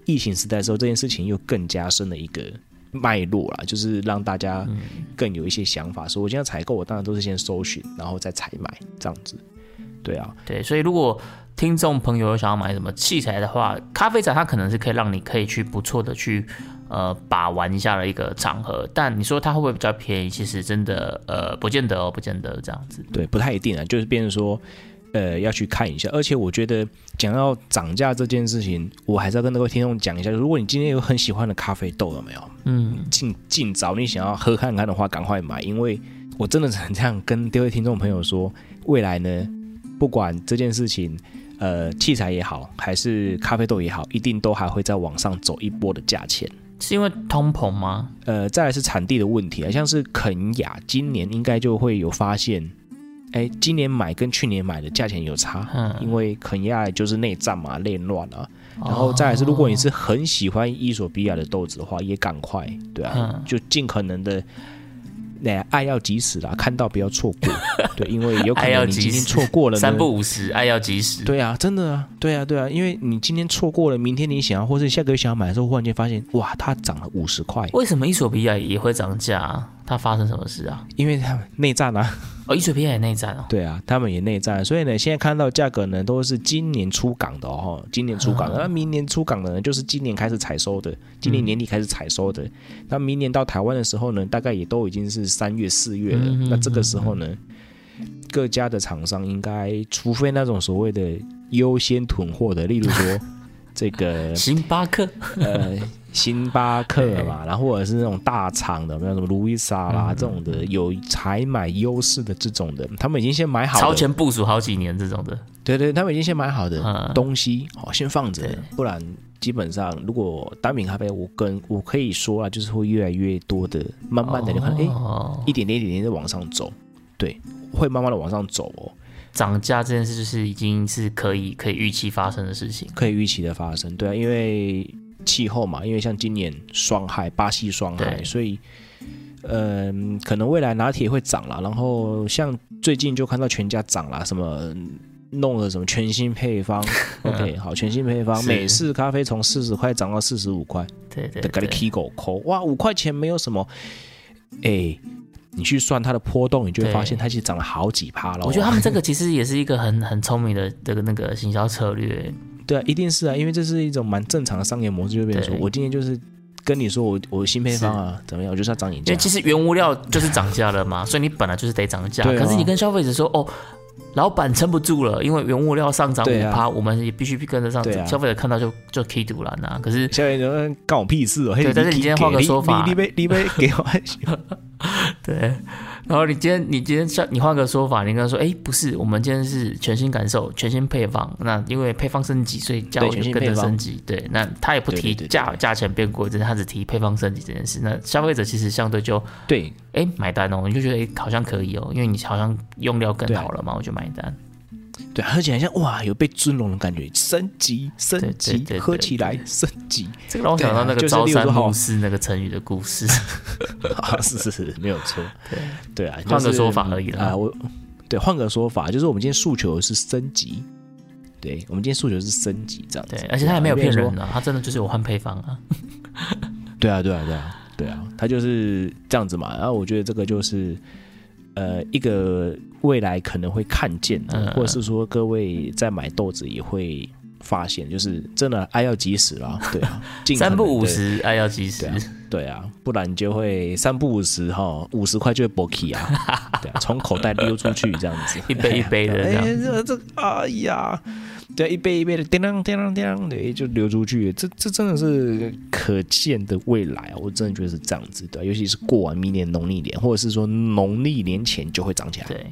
Speaker 2: 疫情时代之后，这件事情又更加深了一个脉络啦，就是让大家
Speaker 1: 嗯
Speaker 2: 更有一些想法，说我今天采购，我当然都是先搜寻，然后再采买这样子。对啊，
Speaker 1: 对，所以如果听众朋友有想要买什么器材的话，咖啡展它可能是可以让你可以去不错的去呃把玩一下的一个场合，但你说它会不会比较便宜？其实真的呃不见得哦，不见得这样子。
Speaker 2: 对，不太一定啊，就是变成说，呃，要去看一下。而且我觉得讲到涨价这件事情，我还是要跟各位听众讲一下，如果你今天有很喜欢的咖啡豆，有没有？
Speaker 1: 嗯，
Speaker 2: 尽尽早你想要喝看看的话，赶快买，因为我真的只能这样跟各位听众朋友说，未来呢，不管这件事情。呃，器材也好，还是咖啡豆也好，一定都还会再往上走一波的价钱。
Speaker 1: 是因为通膨 吗？
Speaker 2: 呃，再来是产地的问题啊，像是肯雅，今年应该就会有发现，哎，今年买跟去年买的价钱有差，
Speaker 1: 嗯，
Speaker 2: 因为肯亚就是内战嘛，内乱啊。
Speaker 1: 哦
Speaker 2: 然后再来是，如果你是很喜欢伊索比亚的豆子的话，也赶快，对啊，
Speaker 1: 嗯
Speaker 2: 就尽可能的。那、爱要及时啦，看到不要错 过，对，因为有可
Speaker 1: 爱要
Speaker 2: 能你
Speaker 1: 及
Speaker 2: 今天
Speaker 1: 时
Speaker 2: 错过了呢
Speaker 1: 三不五十，爱要及时。
Speaker 2: 对啊，真的啊，对啊，对啊，因为你今天错过了，明天你想要，或是下个月想要买的时候，忽然间发现，哇，它涨了五十块，
Speaker 1: 为什么伊索比亚也会涨价、啊？它发生什么事啊？
Speaker 2: 因为他们内战啊，
Speaker 1: 哦，伊索比亚也内战哦。
Speaker 2: 对啊，他们也内战，所以呢，现在看到价格呢都是今年出港的 哦，今年出港的，那、明年出港的呢就是今年开始采收的，今年年底开始采收的，那、明年到台湾的时候呢，大概也都已经是三月四月了，
Speaker 1: 嗯哼
Speaker 2: 那这个时候呢，各家的厂商应该，除非那种所谓的优先囤货的，例如说这个
Speaker 1: 星巴克，
Speaker 2: 呃，星巴克嘛，然后或者是那种大厂的，有没有什么路易莎
Speaker 1: 嗯
Speaker 2: 啦、这种的，有采买优势的这种的，他们已经先买好
Speaker 1: 超
Speaker 2: 了，
Speaker 1: 前部署好几年这种的，
Speaker 2: 对对，他们已经先买好的
Speaker 1: 嗯
Speaker 2: 东西，好、先放着
Speaker 1: 对，
Speaker 2: 不然基本上如果单品咖啡，我跟我可以说啊，就是会越来越多的，慢慢的你看，哎、
Speaker 1: 哦
Speaker 2: 一点点一点点的往上走，对，会慢慢的往上走哦，
Speaker 1: 涨价这件事就是已经是可以可以预期发生的事情。
Speaker 2: 可以预期的发生，对啊，因为气候嘛，因为像今年双害，巴西双害，呃
Speaker 1: 对
Speaker 2: 所以，嗯、可能未来拿铁会涨啦，然后像最近就看到全家涨了，什么弄了什么全新 配方 ，OK，好，全新配方，
Speaker 1: 是
Speaker 2: 美式咖啡从四十块涨到四十五块，
Speaker 1: 对对
Speaker 2: 得给你
Speaker 1: 对，
Speaker 2: k 狗抠，哇，五块钱没有什么，哎，你去算它的波动，你就会
Speaker 1: 对
Speaker 2: 发现它其实涨了好几趴了。
Speaker 1: 我觉得他们这个其实也是一个很很聪明的这个那个行销策 略，
Speaker 2: 对啊，一定是啊，因为这是一种蛮正常的商业模式，就变成说
Speaker 1: 嗯对
Speaker 2: 我今天就是跟你说我我新配方啊怎么样，我就是要涨你
Speaker 1: 因
Speaker 2: 价
Speaker 1: 为。其实原物料就是涨价了 嘛，所以你本来就是得涨价。
Speaker 2: 对啊
Speaker 1: 可是你跟消费者说，哦，老板撑不住了，因为原物料上涨
Speaker 2: 对
Speaker 1: 五
Speaker 2: 啊
Speaker 1: 趴，我们也必须跟得上。
Speaker 2: 对啊
Speaker 1: 消费者看到就就 K 赌了呐。可是
Speaker 2: 下面就说干我屁事哦！嘿
Speaker 1: 对但是你今天
Speaker 2: 给
Speaker 1: 换个
Speaker 2: 你
Speaker 1: 说法
Speaker 2: 你你被你被 给我
Speaker 1: 对，然后你今天你今天像你换个说法，你跟他说，哎，不是，我们今天是全新感受、全新配方，那因为配方升级，所以价
Speaker 2: 对
Speaker 1: 位就
Speaker 2: 全新
Speaker 1: 跟着
Speaker 2: 配方
Speaker 1: 升级。对，那他也不
Speaker 2: 对
Speaker 1: 提
Speaker 2: 对对对
Speaker 1: 价价钱变贵，只是他只提配方升级这件事。那消费者其实相对就
Speaker 2: 对
Speaker 1: 哎买单哦，你就觉得哎好像可以哦，因为你好像用料更
Speaker 2: 对啊
Speaker 1: 好了嘛，我就买单。
Speaker 2: 对，喝起来像哇，有被尊荣的感觉，升级升
Speaker 1: 对对
Speaker 2: 级
Speaker 1: 对，对
Speaker 2: 喝起来升级，
Speaker 1: 这个让我想到那个
Speaker 2: 对啊就是
Speaker 1: 朝
Speaker 2: 例如
Speaker 1: 三
Speaker 2: 说好
Speaker 1: 暮四那个成语的故 事，
Speaker 2: 啊是是是，没有错。对啊，
Speaker 1: 换
Speaker 2: 就
Speaker 1: 个
Speaker 2: 是
Speaker 1: 说法而已
Speaker 2: 啊，
Speaker 1: 啦。
Speaker 2: 我对换个说法，就是我们今天诉求的是升级，对我们今天诉求是升级这样子。
Speaker 1: 对，而且他也没有骗
Speaker 2: 对啊
Speaker 1: 人啊，他真的就是有换配方啊。
Speaker 2: 对啊，对啊，对啊，对啊，他就是这样子嘛。然后我觉得这个就是，呃，一个未来可能会看见的，
Speaker 1: 嗯
Speaker 2: 或者是说各位在买豆子也会发现，就是真的爱要及时啦，对啊，尽可能
Speaker 1: 三不五
Speaker 2: 对，
Speaker 1: 十，爱要及时
Speaker 2: 对。啊，对啊，不然你就会三不五十哈，五十块就会 b o k 啊，对啊，从口袋溜出去这样子，
Speaker 1: 一杯一杯的这样
Speaker 2: 哎，这这哎呀，对啊，一杯一杯的叮当叮当叮当，对，就流出去，这这真的是可见的未来啊！我真的觉得是这样子的，尤其是过完明年农历年，或者是说农历年前就会涨起来。
Speaker 1: 对，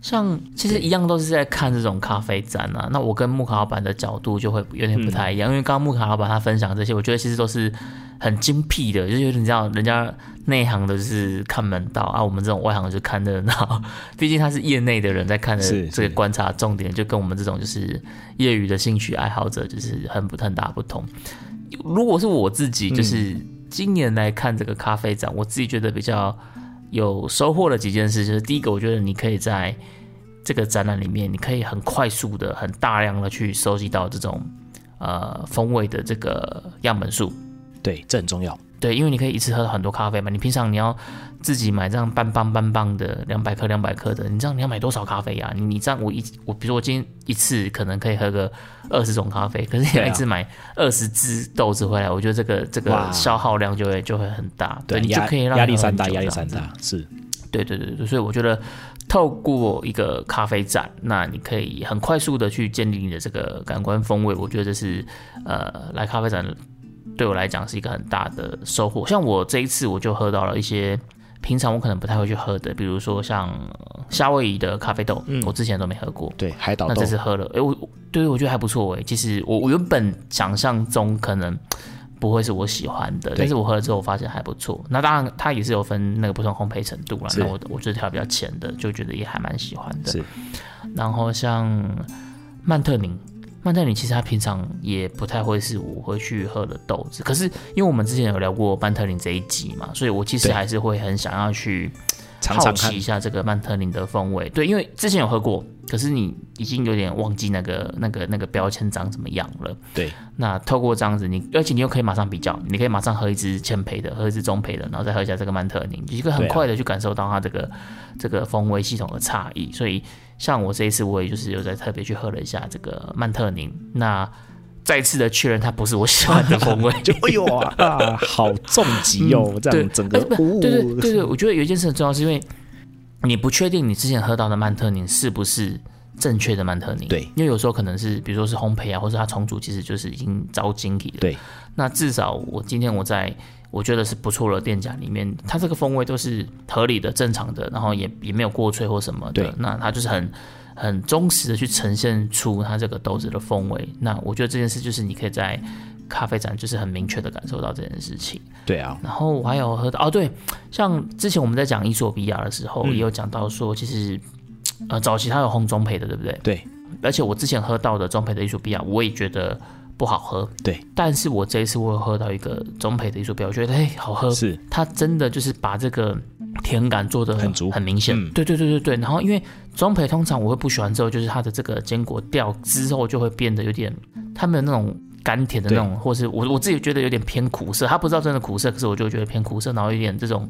Speaker 1: 像其实一样都是在看这种咖啡展啊。那我跟木卡老板的角度就会有点不太一样，因为刚刚木卡老板他分享这些，我觉得其实都是很精辟的，就是有点像人家内行的是看门道啊，我们这种外行就是看热闹。毕竟他是业内的人在看
Speaker 2: 是
Speaker 1: 的这
Speaker 2: 是
Speaker 1: 个观察重点，就跟我们这种就是业余的兴趣爱好者就是很不很大不同。如果是我自己，就是今年来看这个咖啡展，我自己觉得比较有收获的几件事，就是第一个，我觉得你可以在这个展览里面，你可以很快速的、很大量的去收集到这种呃风味的这个样本数。
Speaker 2: 对，这很重要。
Speaker 1: 对，因为你可以一次喝很多咖啡嘛，你平常你要自己买这样半磅半磅的两百克两百克的，你这样你要买多少咖啡呀、啊你你这样我一我比如说我今天一次可能可以喝个二十种咖啡，可是你
Speaker 2: 对啊
Speaker 1: 要一次买二十支豆子回来，我觉得这个这
Speaker 2: 哇
Speaker 1: 个消耗量就会就会很大，对你就
Speaker 2: 压
Speaker 1: 可以让
Speaker 2: 压
Speaker 1: 你
Speaker 2: 力
Speaker 1: 喝
Speaker 2: 山
Speaker 1: 很
Speaker 2: 大，
Speaker 1: 久
Speaker 2: 压力
Speaker 1: 这样
Speaker 2: 山
Speaker 1: 子
Speaker 2: 大是。
Speaker 1: 对对对对，所以我觉得透过一个咖啡展，那你可以很快速的去建立你的这个感官风味，我觉得这是呃来咖啡展对我来讲是一个很大的收获。像我这一次我就喝到了一些平常我可能不太会去喝的，比如说像呃夏威夷的咖啡豆，我之前都没喝过。
Speaker 2: 对，海岛
Speaker 1: 那
Speaker 2: 豆
Speaker 1: 这次喝了，哎、我我对我觉得还不错哎、其实我我原本想象中可能不会是我喜欢的，但是我喝了之后发现还不错。那当然它也是有分那个不同烘焙程度啦。
Speaker 2: 是
Speaker 1: 那我我就调比较浅的，就觉得也还蛮喜欢的。
Speaker 2: 是
Speaker 1: 然后像曼特宁，曼特宁其实它平常也不太会是我会去喝的豆子，可是因为我们之前有聊过曼特宁这一集嘛，所以我其实
Speaker 2: 对
Speaker 1: 还是会很想要去。
Speaker 2: 常
Speaker 1: 好
Speaker 2: 常
Speaker 1: 奇
Speaker 2: 看
Speaker 1: 一下这个曼特林的风味。对，因为之前有喝过，可是你已经有点忘记那个那个那个标签长怎么样了。
Speaker 2: 对
Speaker 1: 那透过这样子，你而且你又可以马上比较，你可以马上喝一支浅焙的，喝一支中焙的，然后再喝一下这个曼特宁，你就可以很
Speaker 2: 对啊
Speaker 1: 快的去感受到它这个、这个风味系统的差异。所以像我这一次，我也就是有在特别去喝了一下这个曼特宁，那再次的确认它不是我喜欢的风味，
Speaker 2: 就哎呦啊，啊好重疾哦，这
Speaker 1: 对，
Speaker 2: 样整个
Speaker 1: 哎不
Speaker 2: 呜
Speaker 1: 对对对对，我觉得有一件事很重要，是因为你不确定你之前喝到的曼特宁是不是正确的曼特宁，
Speaker 2: 对
Speaker 1: 因为有时候可能是比如说是烘焙啊，或是它重组其实就是已经糟精体了，
Speaker 2: 对，
Speaker 1: 那至少我今天我在我觉得是不错的店家里面，它这个风味都是合理的、正常的，然后也也没有过萃或什么的
Speaker 2: 对。
Speaker 1: 那它就是很很忠实的去呈现出它这个豆子的风味。那我觉得这件事就是你可以在咖啡展就是很明确的感受到这件事情。
Speaker 2: 对啊，
Speaker 1: 然后我还有喝到哦，对，像之前我们在讲伊索比亚的时候，
Speaker 2: 嗯
Speaker 1: 也有讲到说，其实呃早期它有烘中焙的，对不对？
Speaker 2: 对
Speaker 1: 而且我之前喝到的中焙的伊索比亚，我也觉得不好喝，
Speaker 2: 对
Speaker 1: 但是我这一次我有喝到一个中培的艺术标，我觉得哎、嘿好喝，
Speaker 2: 是
Speaker 1: 它真的就是把这个甜感做的
Speaker 2: 很足
Speaker 1: 很明显。
Speaker 2: 嗯
Speaker 1: 对对对对对。然后因为中培通常我会不喜欢之后，就是它的这个坚果掉之后就会变得有点，它没有那种甘甜的那种，或是我我自己觉得有点偏苦涩，它不知道真的苦涩，可是我就觉得偏苦涩，然后有点这种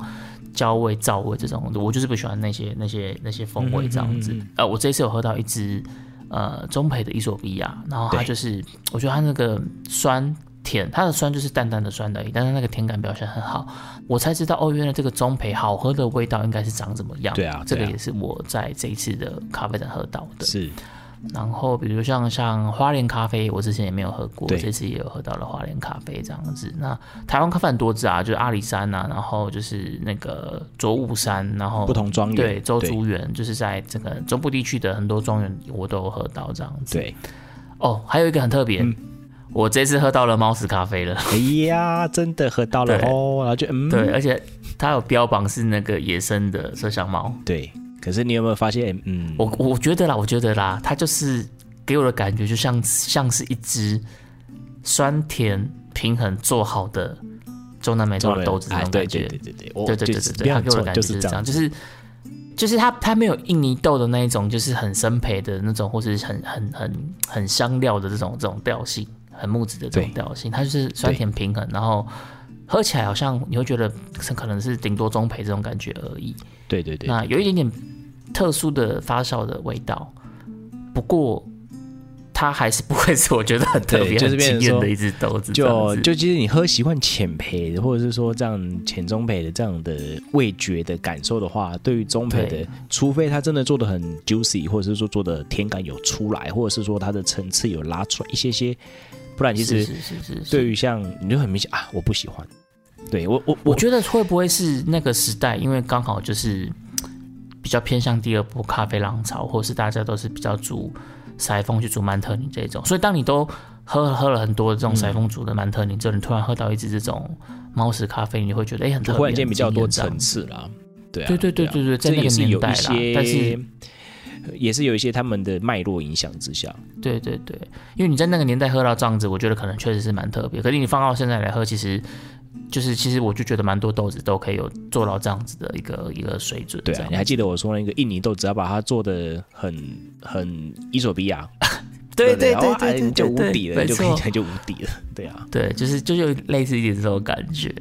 Speaker 1: 焦味、燥味这种，我就是不喜欢那些那些那些风味这样子。
Speaker 2: 嗯嗯嗯
Speaker 1: 呃，我这一次有喝到一支呃中培的伊索比亚，然后它
Speaker 2: 对
Speaker 1: 就是我觉得它那个酸。甜，它的酸就是淡淡的酸而已，但是那个甜感表现很好。我才知道哦，原来这个中培好喝的味道应该是长怎么样。
Speaker 2: 对啊
Speaker 1: 这个
Speaker 2: 对啊
Speaker 1: 也是我在这一次的咖啡展喝到的。
Speaker 2: 是
Speaker 1: 然后比如像像花莲咖啡，我之前也没有喝过，
Speaker 2: 对
Speaker 1: 这次也有喝到了花莲咖啡这样子。那台湾咖啡很多支啊，就是阿里山呐、然后就是那个卓武山，然后
Speaker 2: 不同庄园
Speaker 1: 对周
Speaker 2: 对
Speaker 1: 竹园，就是在整个中部地区的很多庄园我都有喝到这样子。
Speaker 2: 对。
Speaker 1: 哦，还有一个很特别，
Speaker 2: 嗯
Speaker 1: 我这次喝到了猫屎咖啡了。
Speaker 2: 哎呀，真的喝到了
Speaker 1: 对
Speaker 2: 哦，然后就嗯，
Speaker 1: 对，而且它有标榜是那个野生的麝香猫。
Speaker 2: 对。可是你有没有发现，嗯，
Speaker 1: 我我觉得啦，我觉得啦，它就是给我的感觉就像像是一只酸甜平衡做好的中南美洲的豆子那
Speaker 2: 哎
Speaker 1: 种
Speaker 2: 对
Speaker 1: 感
Speaker 2: 对
Speaker 1: 觉。
Speaker 2: 对对对，我
Speaker 1: 对对
Speaker 2: 就
Speaker 1: 对
Speaker 2: 是
Speaker 1: 对
Speaker 2: 不
Speaker 1: 对，
Speaker 2: 要
Speaker 1: 它给我的
Speaker 2: 错，
Speaker 1: 感觉
Speaker 2: 就是
Speaker 1: 这
Speaker 2: 这
Speaker 1: 样，
Speaker 2: 样，
Speaker 1: 就是就是它它没有印尼豆的那一种，就是很生培的那种，或是很很很很香料的这种这种调性，很木质的这种
Speaker 2: 对
Speaker 1: 调性，它就是酸
Speaker 2: 对
Speaker 1: 甜平衡，然后喝起来好像你会觉得可能是顶多中培这种感觉而已。
Speaker 2: 对对对，
Speaker 1: 那有一点点特殊的发酵的味道，不过它还是不会是我觉得很特别、
Speaker 2: 对就是
Speaker 1: 很
Speaker 2: 变成
Speaker 1: 惊艳
Speaker 2: 说
Speaker 1: 的一只豆子这样
Speaker 2: 就
Speaker 1: 子。
Speaker 2: 就其实你喝习惯浅焙的，或者是说这样浅中焙的这样的味觉的感受的话，对于中焙
Speaker 1: 对
Speaker 2: 的，除非它真的做的很 juicy，或者是说做的甜感有出来，或者是说它的层次有拉出来一些些，不然其
Speaker 1: 是
Speaker 2: 实
Speaker 1: 是是是是，
Speaker 2: 对于像你就很明显啊，我不喜欢。对我我
Speaker 1: 我
Speaker 2: 我
Speaker 1: 觉得会不会是那个时代，因为刚好就是比较偏向第二波咖啡浪潮，或是大家都是比较煮塞风去煮曼特宁这种，所以当你都喝喝了很多这种塞风煮的曼特宁之后，你突然喝到一支这种猫屎咖啡，你会觉得哎、很特
Speaker 2: 就
Speaker 1: 别，
Speaker 2: 忽然间比较多
Speaker 1: 很惊艳这样
Speaker 2: 层次啦。对啊，
Speaker 1: 对对对
Speaker 2: 啊
Speaker 1: 对对在那
Speaker 2: 这也
Speaker 1: 个
Speaker 2: 是
Speaker 1: 年
Speaker 2: 有
Speaker 1: 代
Speaker 2: 一
Speaker 1: 啦
Speaker 2: 些，
Speaker 1: 但是
Speaker 2: 也是有一些他们的脉络影响之下，
Speaker 1: 对对对，因为你在那个年代喝到这样子，我觉得可能确实是蛮特别。可是你放到现在来喝，其实就是其实我就觉得蛮多豆子都可以有做到这样子的一个一个水准。
Speaker 2: 对
Speaker 1: 这
Speaker 2: 啊，
Speaker 1: 样
Speaker 2: 你还记得我说那个印尼豆，只要把它做的很很伊索比亚，
Speaker 1: 对
Speaker 2: 不
Speaker 1: 对对
Speaker 2: 哇
Speaker 1: 对对，
Speaker 2: 你就
Speaker 1: 对
Speaker 2: 无
Speaker 1: 对
Speaker 2: 敌了，
Speaker 1: 没
Speaker 2: 你就可以
Speaker 1: 错，
Speaker 2: 讲就无敌了，对啊，
Speaker 1: 对，就是就有类似一点这种感觉。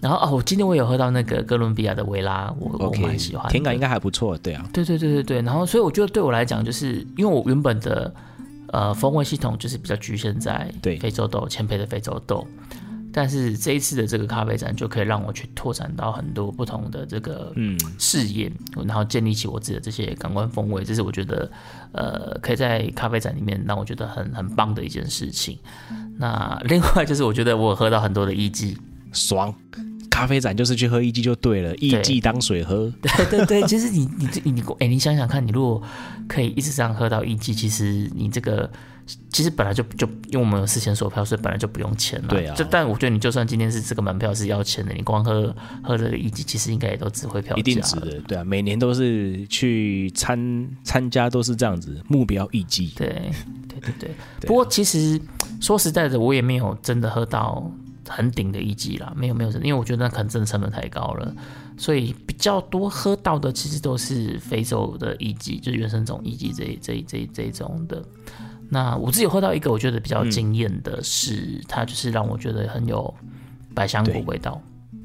Speaker 1: 然后哦，我今天我有喝到那个哥伦比亚的维拉，我我
Speaker 2: OK，
Speaker 1: 蛮喜欢的，
Speaker 2: 甜感应该还不错，对啊，
Speaker 1: 对对对对对，然后所以我觉得对我来讲，就是因为我原本的呃风味系统就是比较局限在
Speaker 2: 对
Speaker 1: 非洲豆千培的非洲豆，但是这一次的这个咖啡展就可以让我去拓展到很多不同的这个
Speaker 2: 嗯，
Speaker 1: 视野，然后建立起我自己的这些感官风味，这是我觉得呃可以在咖啡展里面让我觉得很很棒的一件事情。那另外就是我觉得我有喝到很多的艺妓，
Speaker 2: 爽。咖啡展就是去喝一季就对了，一季当水喝，
Speaker 1: 对对对，其实你你你你，哎、你想想看，你如果可以一直这样喝到一季，其实你这个其实本来就就因为我们有事前售票，所以本来就不用钱了。
Speaker 2: 对啊
Speaker 1: 就但我觉得你就算今天是这个门票是要钱的，你光喝喝这个一季，其实应该也都值回票价。
Speaker 2: 一定值。得，对啊，每年都是去参参加都是这样子，目标一季，
Speaker 1: 对对对对。不过其实说实在的，我也没有真的喝到很顶的一季啦，没有没有，因为我觉得那可能真的成本太高了。所以比较多喝到的其实都是非洲的艺妓，就是原生种艺妓这一这一这一这一种的。那我自己有喝到一个我觉得比较惊艳的是，它就是让我觉得很有百香果
Speaker 2: 对
Speaker 1: 味道，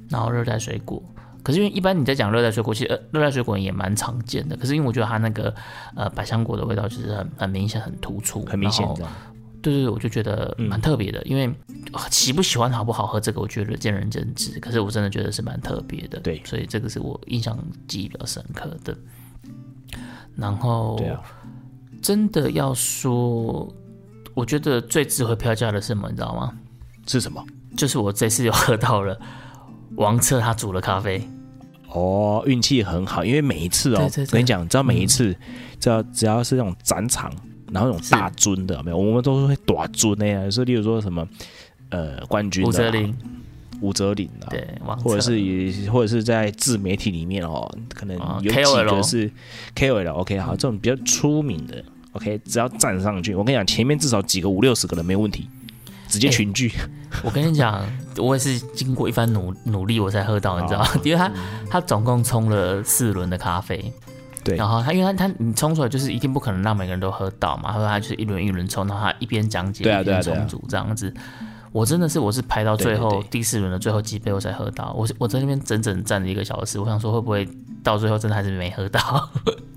Speaker 1: 然后热带水果。可是因为一般你在讲热带水果，其实呃热带水果也蛮常见的。可是因为我觉得它那个呃百香果的味道就是很很明显、很突出，
Speaker 2: 很明显
Speaker 1: 然后
Speaker 2: 这样。嗯
Speaker 1: 对对对，我就觉得蛮特别的，因为呃喜不喜欢、好不好喝，这个我觉得见仁见智。可是我真的觉得是蛮特别的，
Speaker 2: 对
Speaker 1: 所以这个是我印象记忆比较深刻的。然后，
Speaker 2: 对啊，
Speaker 1: 真的要说，我觉得最值回票价的是什么，你知道吗？
Speaker 2: 是什么？
Speaker 1: 就是我这次有喝到了王策他煮的咖啡，
Speaker 2: 哦，运气很好，因为每一次哦，
Speaker 1: 对对嗯对
Speaker 2: 我跟你讲，只要每一次，只要只要是那种展场，然后那种大尊的，有没有，我们都是会短尊的呀，所以例如说什么呃冠军
Speaker 1: 武
Speaker 2: 的
Speaker 1: 则
Speaker 2: 啊、
Speaker 1: 林，
Speaker 2: 武则林啊，
Speaker 1: 对，王策，
Speaker 2: 或者是也或者是在自媒体里面哦，可能
Speaker 1: 哦
Speaker 2: 有几个
Speaker 1: KOL
Speaker 2: 是 KOL，OK、好，
Speaker 1: 嗯
Speaker 2: 这种比较出名的。OK，只要站上去，我跟你讲，前面至少几个五六十个人没问题。直接群聚。
Speaker 1: 我跟你讲，我也是经过一番努努力，我才喝到，你知道吗？ 因为他他总共冲了四轮的咖啡，
Speaker 2: 嗯对
Speaker 1: 然后他因为他他你冲出来就是一定不可能让每个人都喝到嘛，他说他就是一轮一轮冲，然后他一边讲解
Speaker 2: 对啊
Speaker 1: 一
Speaker 2: 对啊
Speaker 1: 边
Speaker 2: 对啊
Speaker 1: 冲煮这样子。我真的是我是排到最后
Speaker 2: 对对对
Speaker 1: 第四轮的最后几杯我才喝到，我是我在那边整整站了一个小时，我想说会不会到最后真的还是没喝到。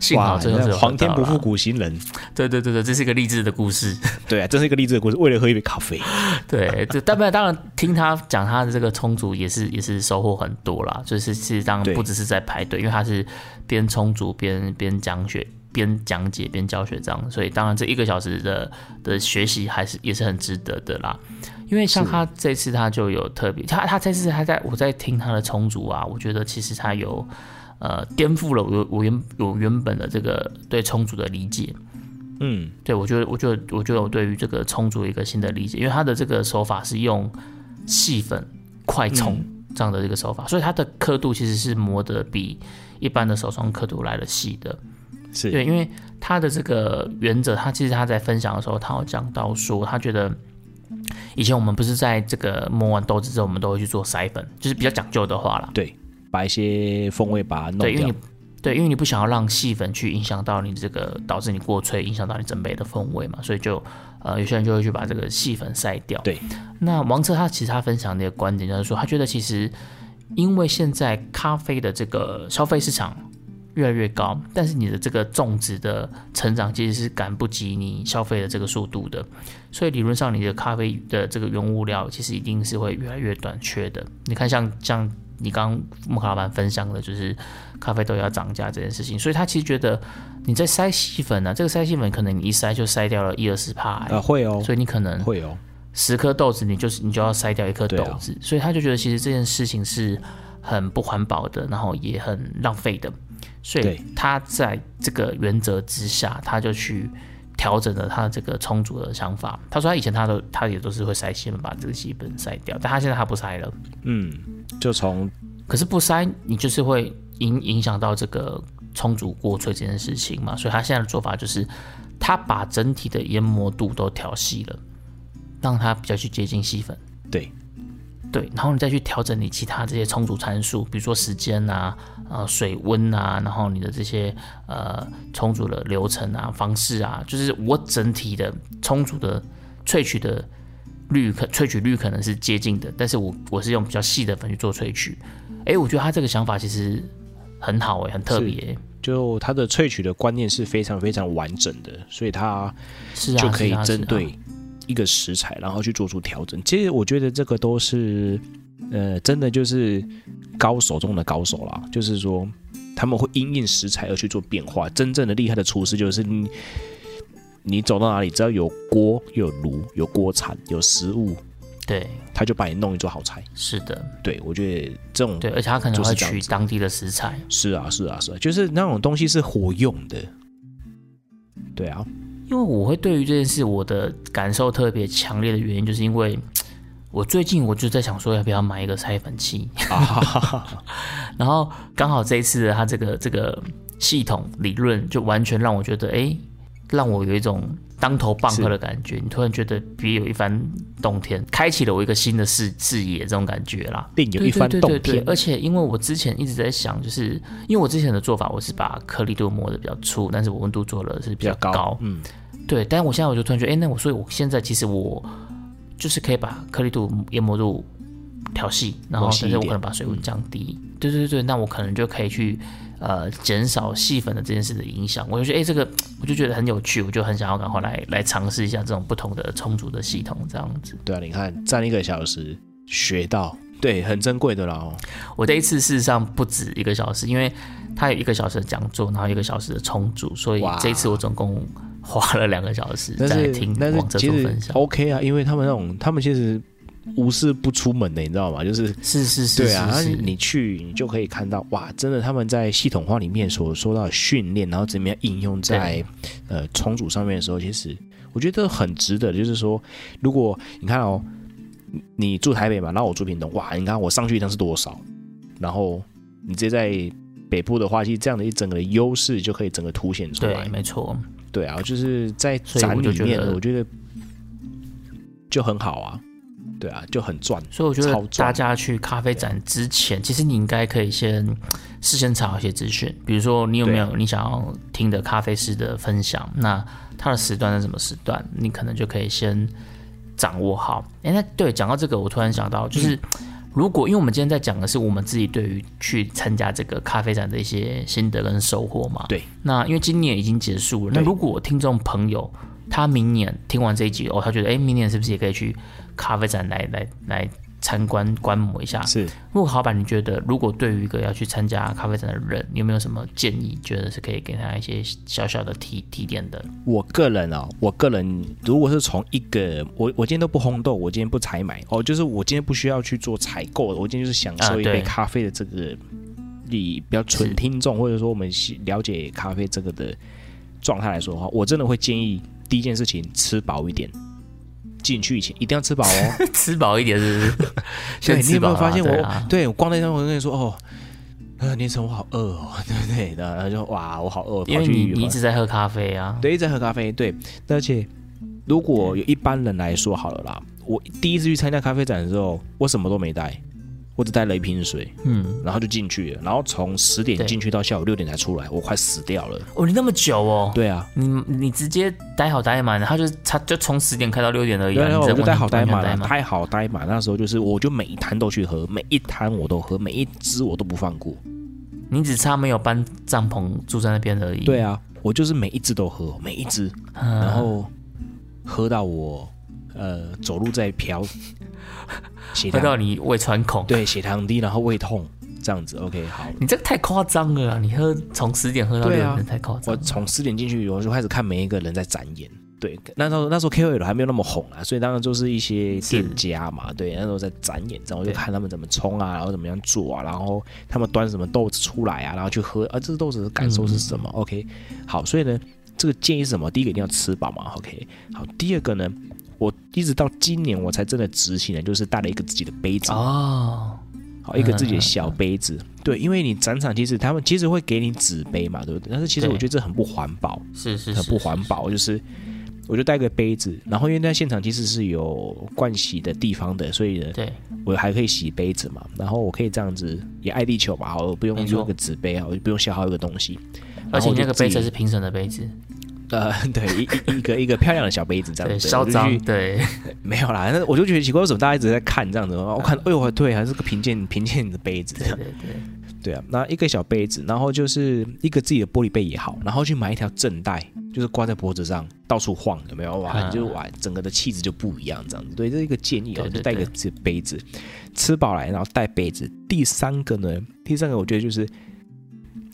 Speaker 1: 幸好
Speaker 2: 哇，
Speaker 1: 最后是
Speaker 2: 那皇天不负苦心人，
Speaker 1: 对对对对，这是一个励志的故事。
Speaker 2: 对啊，这是一个励志的故事。为了喝一杯咖啡，
Speaker 1: 对，这但然当然听他讲他的这个充足也是也是收获很多啦，就是事实上
Speaker 2: 对
Speaker 1: 不只是在排队，因为他是边充足边边讲学边讲解边教学这样，所以当然这一个小时的的学习还是也是很值得的啦。因为像他这次他就有特别，他他这次他在我在听他的充足啊，我觉得其实他有呃颠覆了我我原我原本的这个对充足的理解。
Speaker 2: 嗯，
Speaker 1: 对，我觉得，我觉得，我觉得我对于这个冲煮有一个新的理解，因为它的这个手法是用细粉快冲这样的一个手法，所以它的刻度其实是磨得比一般的手冲刻度来的细的。
Speaker 2: 是
Speaker 1: 对，因为他的这个原则，他其实他在分享的时候，他有讲到说，他觉得以前我们不是在这个磨完豆子之后，我们都会去做筛粉，就是比较讲究的话啦。
Speaker 2: 对，把一些风味把它弄
Speaker 1: 对，因为
Speaker 2: 掉
Speaker 1: 你。对，因为你不想要让细粉去影响到你这个，导致你过脆，影响到你整杯的风味嘛，所以就呃，有些人就会去把这个细粉筛掉。
Speaker 2: 对，
Speaker 1: 那王策他其实他分享的一个观点就是说，他觉得其实因为现在咖啡的这个消费市场越来越高，但是你的这个种植的成长其实是赶不及你消费的这个速度的，所以理论上你的咖啡的这个原物料其实一定是会越来越短缺的。你看像，像你刚刚木卡老板分享的，就是咖啡豆要涨价这件事情，所以他其实觉得你在筛细粉呢、啊，这个筛细粉可能你一筛就筛掉了一二十帕，
Speaker 2: 呃，会哦，
Speaker 1: 所以你可能
Speaker 2: 会哦，
Speaker 1: 十颗豆子，你就是你就要筛掉一颗豆子，所以他就觉得其实这件事情是很不环保的，然后也很浪费的，所以
Speaker 2: 对
Speaker 1: 他在这个原则之下，他就去调整了他的这个充足的想法。他说他以前他都他也都是会筛细粉，把这个细粉筛掉，但他现在他不筛了。
Speaker 2: 嗯，就从
Speaker 1: 可是不筛，你就是会影影响到这个充足过萃这件事情嘛，所以他现在的做法就是，他把整体的研磨度都调细了，让它比较去接近细粉。
Speaker 2: 对
Speaker 1: 对，然后你再去调整你其他这些充足参数，比如说时间啊、呃水温啊，然后你的这些呃充足的流程啊、方式啊，就是我整体的充足的萃取的率可萃取率可能是接近的，但是我我是用比较细的粉去做萃取。哎，我觉得他这个想法其实很好哎、很特别欸、
Speaker 2: 就它的萃取的观念是非常非常完整的，所以它
Speaker 1: 是啊，
Speaker 2: 就可以
Speaker 1: 是啊
Speaker 2: 针。
Speaker 1: 是啊
Speaker 2: 对一个食材，然后去做出调整。其实我觉得这个都是，呃，真的就是高手中的高手啦，就是说他们会因应食材而去做变化。真正的厉害的厨师就是你，你走到哪里，只要有锅、有炉、有锅铲、有食物，
Speaker 1: 对，
Speaker 2: 他就把你弄一桌好菜。
Speaker 1: 是的，
Speaker 2: 对我觉得这种
Speaker 1: 对，而且他可能
Speaker 2: 就是
Speaker 1: 会
Speaker 2: 这样
Speaker 1: 取
Speaker 2: 子
Speaker 1: 当地的食材。
Speaker 2: 是啊是啊是啊，就是那种东西是活用的。对啊，
Speaker 1: 因为我会对于这件事我的感受特别强烈的原因，就是因为我最近我就在想说要不要买一个筛粉器，
Speaker 2: 啊哈哈哈，
Speaker 1: 然后刚好这一次的它这个这个系统理论就完全让我觉得，哎，让我有一种当头棒喝的感觉，你突然觉得别有一番洞天，开启了我一个新的视视野这种感觉啦。
Speaker 2: 另有一番
Speaker 1: 对对
Speaker 2: 洞
Speaker 1: 对对对
Speaker 2: 天。
Speaker 1: 而且因为我之前一直在想，就是因为我之前的做法，我是把颗粒度磨得比较粗，但是我温度做的是比较
Speaker 2: 比较高嗯，
Speaker 1: 对，但我现在我就突然觉得，哎、那我所以我现在其实我就是可以把颗粒度研磨度调细，然后
Speaker 2: 磨细
Speaker 1: 但
Speaker 2: 一
Speaker 1: 是
Speaker 2: 点嗯
Speaker 1: 我可能把水温降低，对对对，那我可能就可以去呃减少细粉的这件事的影响。我就觉得，哎、这个我就觉得很有趣，我就很想要赶快来来尝试一下这种不同的充足的系统这样子。
Speaker 2: 对啊，你看站一个小时学到，对，很珍贵的啦哦。
Speaker 1: 我这一次事实上不止一个小时，因为它有一个小时的讲座，然后一个小时的充足，所以
Speaker 2: 哇
Speaker 1: 这一次我总共花了两个小时
Speaker 2: 但
Speaker 1: 在
Speaker 2: 是
Speaker 1: 听
Speaker 2: 但
Speaker 1: 王哲
Speaker 2: 是
Speaker 1: 做
Speaker 2: 其实
Speaker 1: 分享。
Speaker 2: OK 啊，因为他们那种他们其实无事不出门欸的，你知道吗？就是
Speaker 1: 是是是，
Speaker 2: 对啊，
Speaker 1: 是是
Speaker 2: 那你去你就可以看到哇，真的他们在系统化里面所说到的训练，然后怎么样应用在呃重组上面的时候，其实我觉得很值得。就是说，如果你看哦，你你住台北嘛，然后我住屏东，哇，你看我上去一趟是多少，然后你直接在北部的话，其实这样的一整个的优势就可以整个凸显出
Speaker 1: 对，
Speaker 2: 来。
Speaker 1: 没错，
Speaker 2: 对啊，就是在
Speaker 1: 所以
Speaker 2: 展
Speaker 1: 我就
Speaker 2: 里
Speaker 1: 觉
Speaker 2: 面，
Speaker 1: 得
Speaker 2: 我觉得就很好啊，对啊，就很赚。
Speaker 1: 所以我觉
Speaker 2: 超
Speaker 1: 得
Speaker 2: 赚
Speaker 1: 大家去咖啡展之前，其实你应该可以先事先查好一些资讯，比如说你有没有你想要听的咖啡师的分享，那他的时段是什么时段，你可能就可以先掌握好。哎、那对，讲到这个，我突然想到，就是、
Speaker 2: 嗯
Speaker 1: 如果因为我们今天在讲的是我们自己对于去参加这个咖啡展的一些心得跟收获嘛，
Speaker 2: 对。
Speaker 1: 那因为今年已经结束了，
Speaker 2: 对
Speaker 1: 那如果听众朋友他明年听完这一集哦，他觉得哎，诶明年是不是也可以去咖啡展来来来参观观摩一下？
Speaker 2: 是，
Speaker 1: 如果老板，你觉得如果对于一个要去参加咖啡展的人，你有没有什么建议？觉得是可以给他一些小小的提提点 的？
Speaker 2: 我个人哦，我个人如果是从一个我我今天都不烘豆，我今天不采买哦，就是我今天不需要去做采购的，我今天就是享受
Speaker 1: 啊
Speaker 2: 一
Speaker 1: 对
Speaker 2: 杯咖啡的这个，你比较纯
Speaker 1: 是
Speaker 2: 听众或者说我们喜了解咖啡这个的状态来说的话，我真的会建议第一件事情吃饱一点，进去以前一定要吃 饱哦。
Speaker 1: 吃饱一点是不是？先
Speaker 2: 对，你
Speaker 1: 吃
Speaker 2: 有没
Speaker 1: 饱
Speaker 2: 有
Speaker 1: 啦
Speaker 2: 发现我？
Speaker 1: 对
Speaker 2: 对,、
Speaker 1: 啊
Speaker 2: 我逛那张，我跟你说哦，呃，年成我好饿哦， 对不对？然后就哇，我好饿，
Speaker 1: 因
Speaker 2: 跑
Speaker 1: 为
Speaker 2: 去
Speaker 1: 你
Speaker 2: 羽
Speaker 1: 你一
Speaker 2: 毛
Speaker 1: 直在喝咖啡啊，
Speaker 2: 对，一直在喝咖啡，对，而且如果有一般人来说好了啦，我第一次去参加咖啡展的时候，我什么都没带，我只带了一瓶水，
Speaker 1: 嗯，
Speaker 2: 然后就进去了，然后从十点
Speaker 1: 对
Speaker 2: 进去到下午六点才出来，我快死掉了。
Speaker 1: 哦，你那么久哦，
Speaker 2: 对啊，
Speaker 1: 你你直接待好待满，他就他就从十点开到六点而已、啊，
Speaker 2: 然
Speaker 1: 你
Speaker 2: 后我
Speaker 1: 真
Speaker 2: 就
Speaker 1: 的
Speaker 2: 待好待满啊
Speaker 1: 完
Speaker 2: 了，
Speaker 1: 全
Speaker 2: 待好待满。那时候就是，我就每一摊都去喝，每一摊我都喝，每一支我都不放过。
Speaker 1: 你只差没有搬帐篷住在那边而已。
Speaker 2: 对啊，我就是每一支都喝，每一支，
Speaker 1: 嗯，
Speaker 2: 然后喝到我呃走路在 飘，血
Speaker 1: 喝
Speaker 2: 糖
Speaker 1: 到你胃穿孔，
Speaker 2: 对，血糖低，然后胃痛，这样子。OK，好。
Speaker 1: 你这个太夸张了啊！你喝从十点喝到六
Speaker 2: 对
Speaker 1: 点、
Speaker 2: 啊
Speaker 1: 太夸张
Speaker 2: 我
Speaker 1: 了。
Speaker 2: 从十点进去，我就开始看每一个人在展演。对，那时候那时候 KOL 还没有那么红啊，所以当然就是一些
Speaker 1: 是
Speaker 2: 店家嘛，对，那时候在展演，然后我就
Speaker 1: 对
Speaker 2: 看他们怎么冲啊，然后怎么样做啊，然后他们端什么豆子出来啊，然后去喝啊，这豆子的感受是什么、
Speaker 1: 嗯
Speaker 2: o k 好，所以呢，这个建议是什么？第一个一定要吃饱嘛，OK，好，第二个呢，我一直到今年我才真的执行了，就是带了一个自己的杯子，
Speaker 1: 哦，
Speaker 2: 好，一个自己的
Speaker 1: 嗯
Speaker 2: 小杯子。对，因为你展场其实他们其实会给你纸杯嘛，对不对？但是其实
Speaker 1: 对
Speaker 2: 我觉得这很不环保，
Speaker 1: 是是
Speaker 2: 很
Speaker 1: 是，
Speaker 2: 不环保。就是我就带个杯子，然后因为在现场其实是有盥洗的地方的，所以呢，
Speaker 1: 对，
Speaker 2: 我还可以洗杯子嘛。然后我可以这样子也爱地球嘛，我不用
Speaker 1: 没错
Speaker 2: 用一个纸杯啊，我就不用消耗一个东西。
Speaker 1: 而
Speaker 2: 然后
Speaker 1: 且
Speaker 2: 我
Speaker 1: 你
Speaker 2: 就
Speaker 1: 那个
Speaker 2: 自
Speaker 1: 杯
Speaker 2: 己
Speaker 1: 子是评审的杯子，
Speaker 2: 呃，对，一一一个一个漂亮的小杯子这样
Speaker 1: 对，
Speaker 2: 子，
Speaker 1: 嚣
Speaker 2: 我就去
Speaker 1: 张，对，
Speaker 2: 没有啦，那我就觉得奇怪，为什么大家一直在看这样子？我
Speaker 1: 嗯
Speaker 2: 看，哎呦，对，还是个贫贱贫贱的杯子这
Speaker 1: 对
Speaker 2: 样。
Speaker 1: 对对，
Speaker 2: 对啊，那一个小杯子，然后就是一个自己的玻璃杯也好，然后去买一条正带，就是挂在脖子上到处晃，有没有？哇，
Speaker 1: 嗯
Speaker 2: 你就哇，整个的气质就不一样，这样子。对，这是一个建议哦，
Speaker 1: 对对
Speaker 2: 就带一个
Speaker 1: 对
Speaker 2: 自己的杯子，吃饱来，然后带杯子。第三个呢，第三个我觉得就是，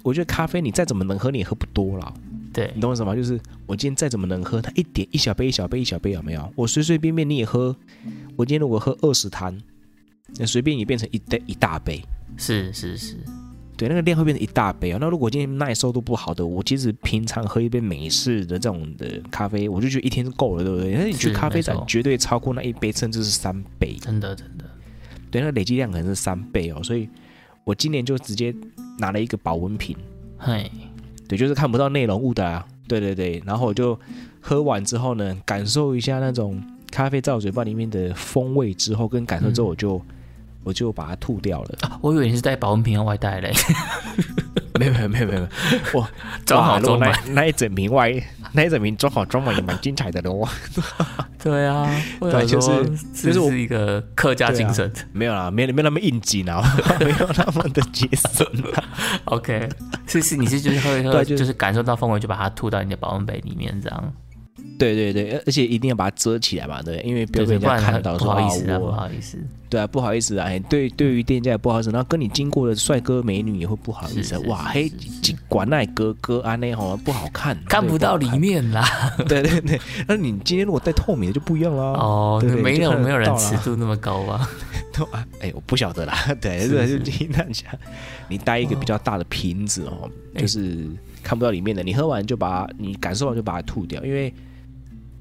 Speaker 2: 我觉得咖啡你再怎么能喝，你也喝不多啦，
Speaker 1: 对
Speaker 2: 你，懂我意思吗？就是我今天再怎么能喝，它一点一小杯一小杯一小杯有没有？我随随便便你也喝，我今天如果喝二十坛，那随便也变成一大一大杯。
Speaker 1: 是是是，
Speaker 2: 对，那个量会变成一大杯啊。那如果今天耐受度不好的，我其实平常喝一杯美式的这种的咖啡，我就觉得一天就够了，对不对？那你去
Speaker 1: 是
Speaker 2: 咖啡展
Speaker 1: 没错
Speaker 2: 绝对超过那一杯，甚至是三杯。
Speaker 1: 真的真的，
Speaker 2: 对，那个累积量可能是三倍哦。所以我今年就直接拿了一个保温瓶，
Speaker 1: 嘿，
Speaker 2: 对，就是看不到内容物的啊。对对对，然后我就喝完之后呢，感受一下那种咖啡在我嘴巴里面的风味之后，跟感受之
Speaker 1: 嗯
Speaker 2: 后，我就、我就把它吐掉了。
Speaker 1: 啊我以为你是带保温瓶要外带嘞，
Speaker 2: 没有没有没有没有，我
Speaker 1: 装好
Speaker 2: 哇如果
Speaker 1: 装满
Speaker 2: 那那一整瓶外，那一整瓶装好装满也蛮精彩的喽。
Speaker 1: 对啊， 我
Speaker 2: 对
Speaker 1: 想
Speaker 2: 就是
Speaker 1: 说
Speaker 2: 就是是我
Speaker 1: 是一个客家
Speaker 2: 对
Speaker 1: 精
Speaker 2: 啊
Speaker 1: 神
Speaker 2: 没有啦，没有没有那么应景啊，没有那么的节省啊。
Speaker 1: ，OK，是 是，你是就是喝一喝，
Speaker 2: 对就是
Speaker 1: 就是感受到氛围就把它吐到你的保温杯里面这样，
Speaker 2: 对对对，而且一定要把它遮起来嘛，对，因为不
Speaker 1: 对
Speaker 2: 要被
Speaker 1: 对，
Speaker 2: 人
Speaker 1: 不
Speaker 2: 家
Speaker 1: 然
Speaker 2: 看到
Speaker 1: 不
Speaker 2: 说
Speaker 1: 好
Speaker 2: 啊
Speaker 1: 意思啊，不
Speaker 2: 我，
Speaker 1: 好意思，
Speaker 2: 对啊，不好意思啊，哎对，对于店家也不好意思，然后跟你经过的帅哥美女也会不好意
Speaker 1: 是
Speaker 2: 思啊
Speaker 1: 是，
Speaker 2: 哇
Speaker 1: 是
Speaker 2: 嘿
Speaker 1: 是是，
Speaker 2: 管那哥哥啊那吼不好看，
Speaker 1: 看
Speaker 2: 对
Speaker 1: 不到
Speaker 2: 好
Speaker 1: 里
Speaker 2: 看
Speaker 1: 面啦。
Speaker 2: 对对对，那你今天如果戴透明的就不一样啦。
Speaker 1: 哦，
Speaker 2: 对
Speaker 1: 那
Speaker 2: 对
Speaker 1: 没
Speaker 2: 就
Speaker 1: 有
Speaker 2: 看得
Speaker 1: 没有人
Speaker 2: 到啦啊
Speaker 1: 尺度那么高吧？
Speaker 2: 都啊， 哎，我不晓得啦，对，
Speaker 1: 是
Speaker 2: 这
Speaker 1: 是
Speaker 2: 就听大家，你带一个比较大的瓶子哦，
Speaker 1: 哎
Speaker 2: 就是看不到里面的，你喝完就把它，你感受完就把它吐掉，因为。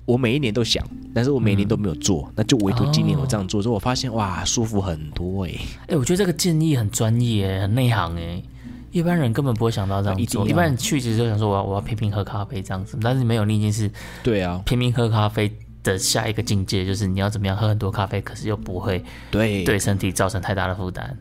Speaker 2: 我每一年都想，但是我
Speaker 1: 嗯
Speaker 2: 每一年都没有做，那就唯独今年我
Speaker 1: 哦
Speaker 2: 这样做，之后我发现哇，舒服很多哎、
Speaker 1: 哎、我觉得这个建议很专业，很内行哎，一般人根本不会想到这
Speaker 2: 啊
Speaker 1: 样
Speaker 2: 一定
Speaker 1: 做。
Speaker 2: 要
Speaker 1: 一般人去其实就想说我要我要拼命喝咖啡这样子，但是没有，你已经是
Speaker 2: 对啊，
Speaker 1: 拼命喝咖啡的下一个境界就是你要怎么样喝很多咖啡，可是又不会
Speaker 2: 对
Speaker 1: 对身体造成太大的负担。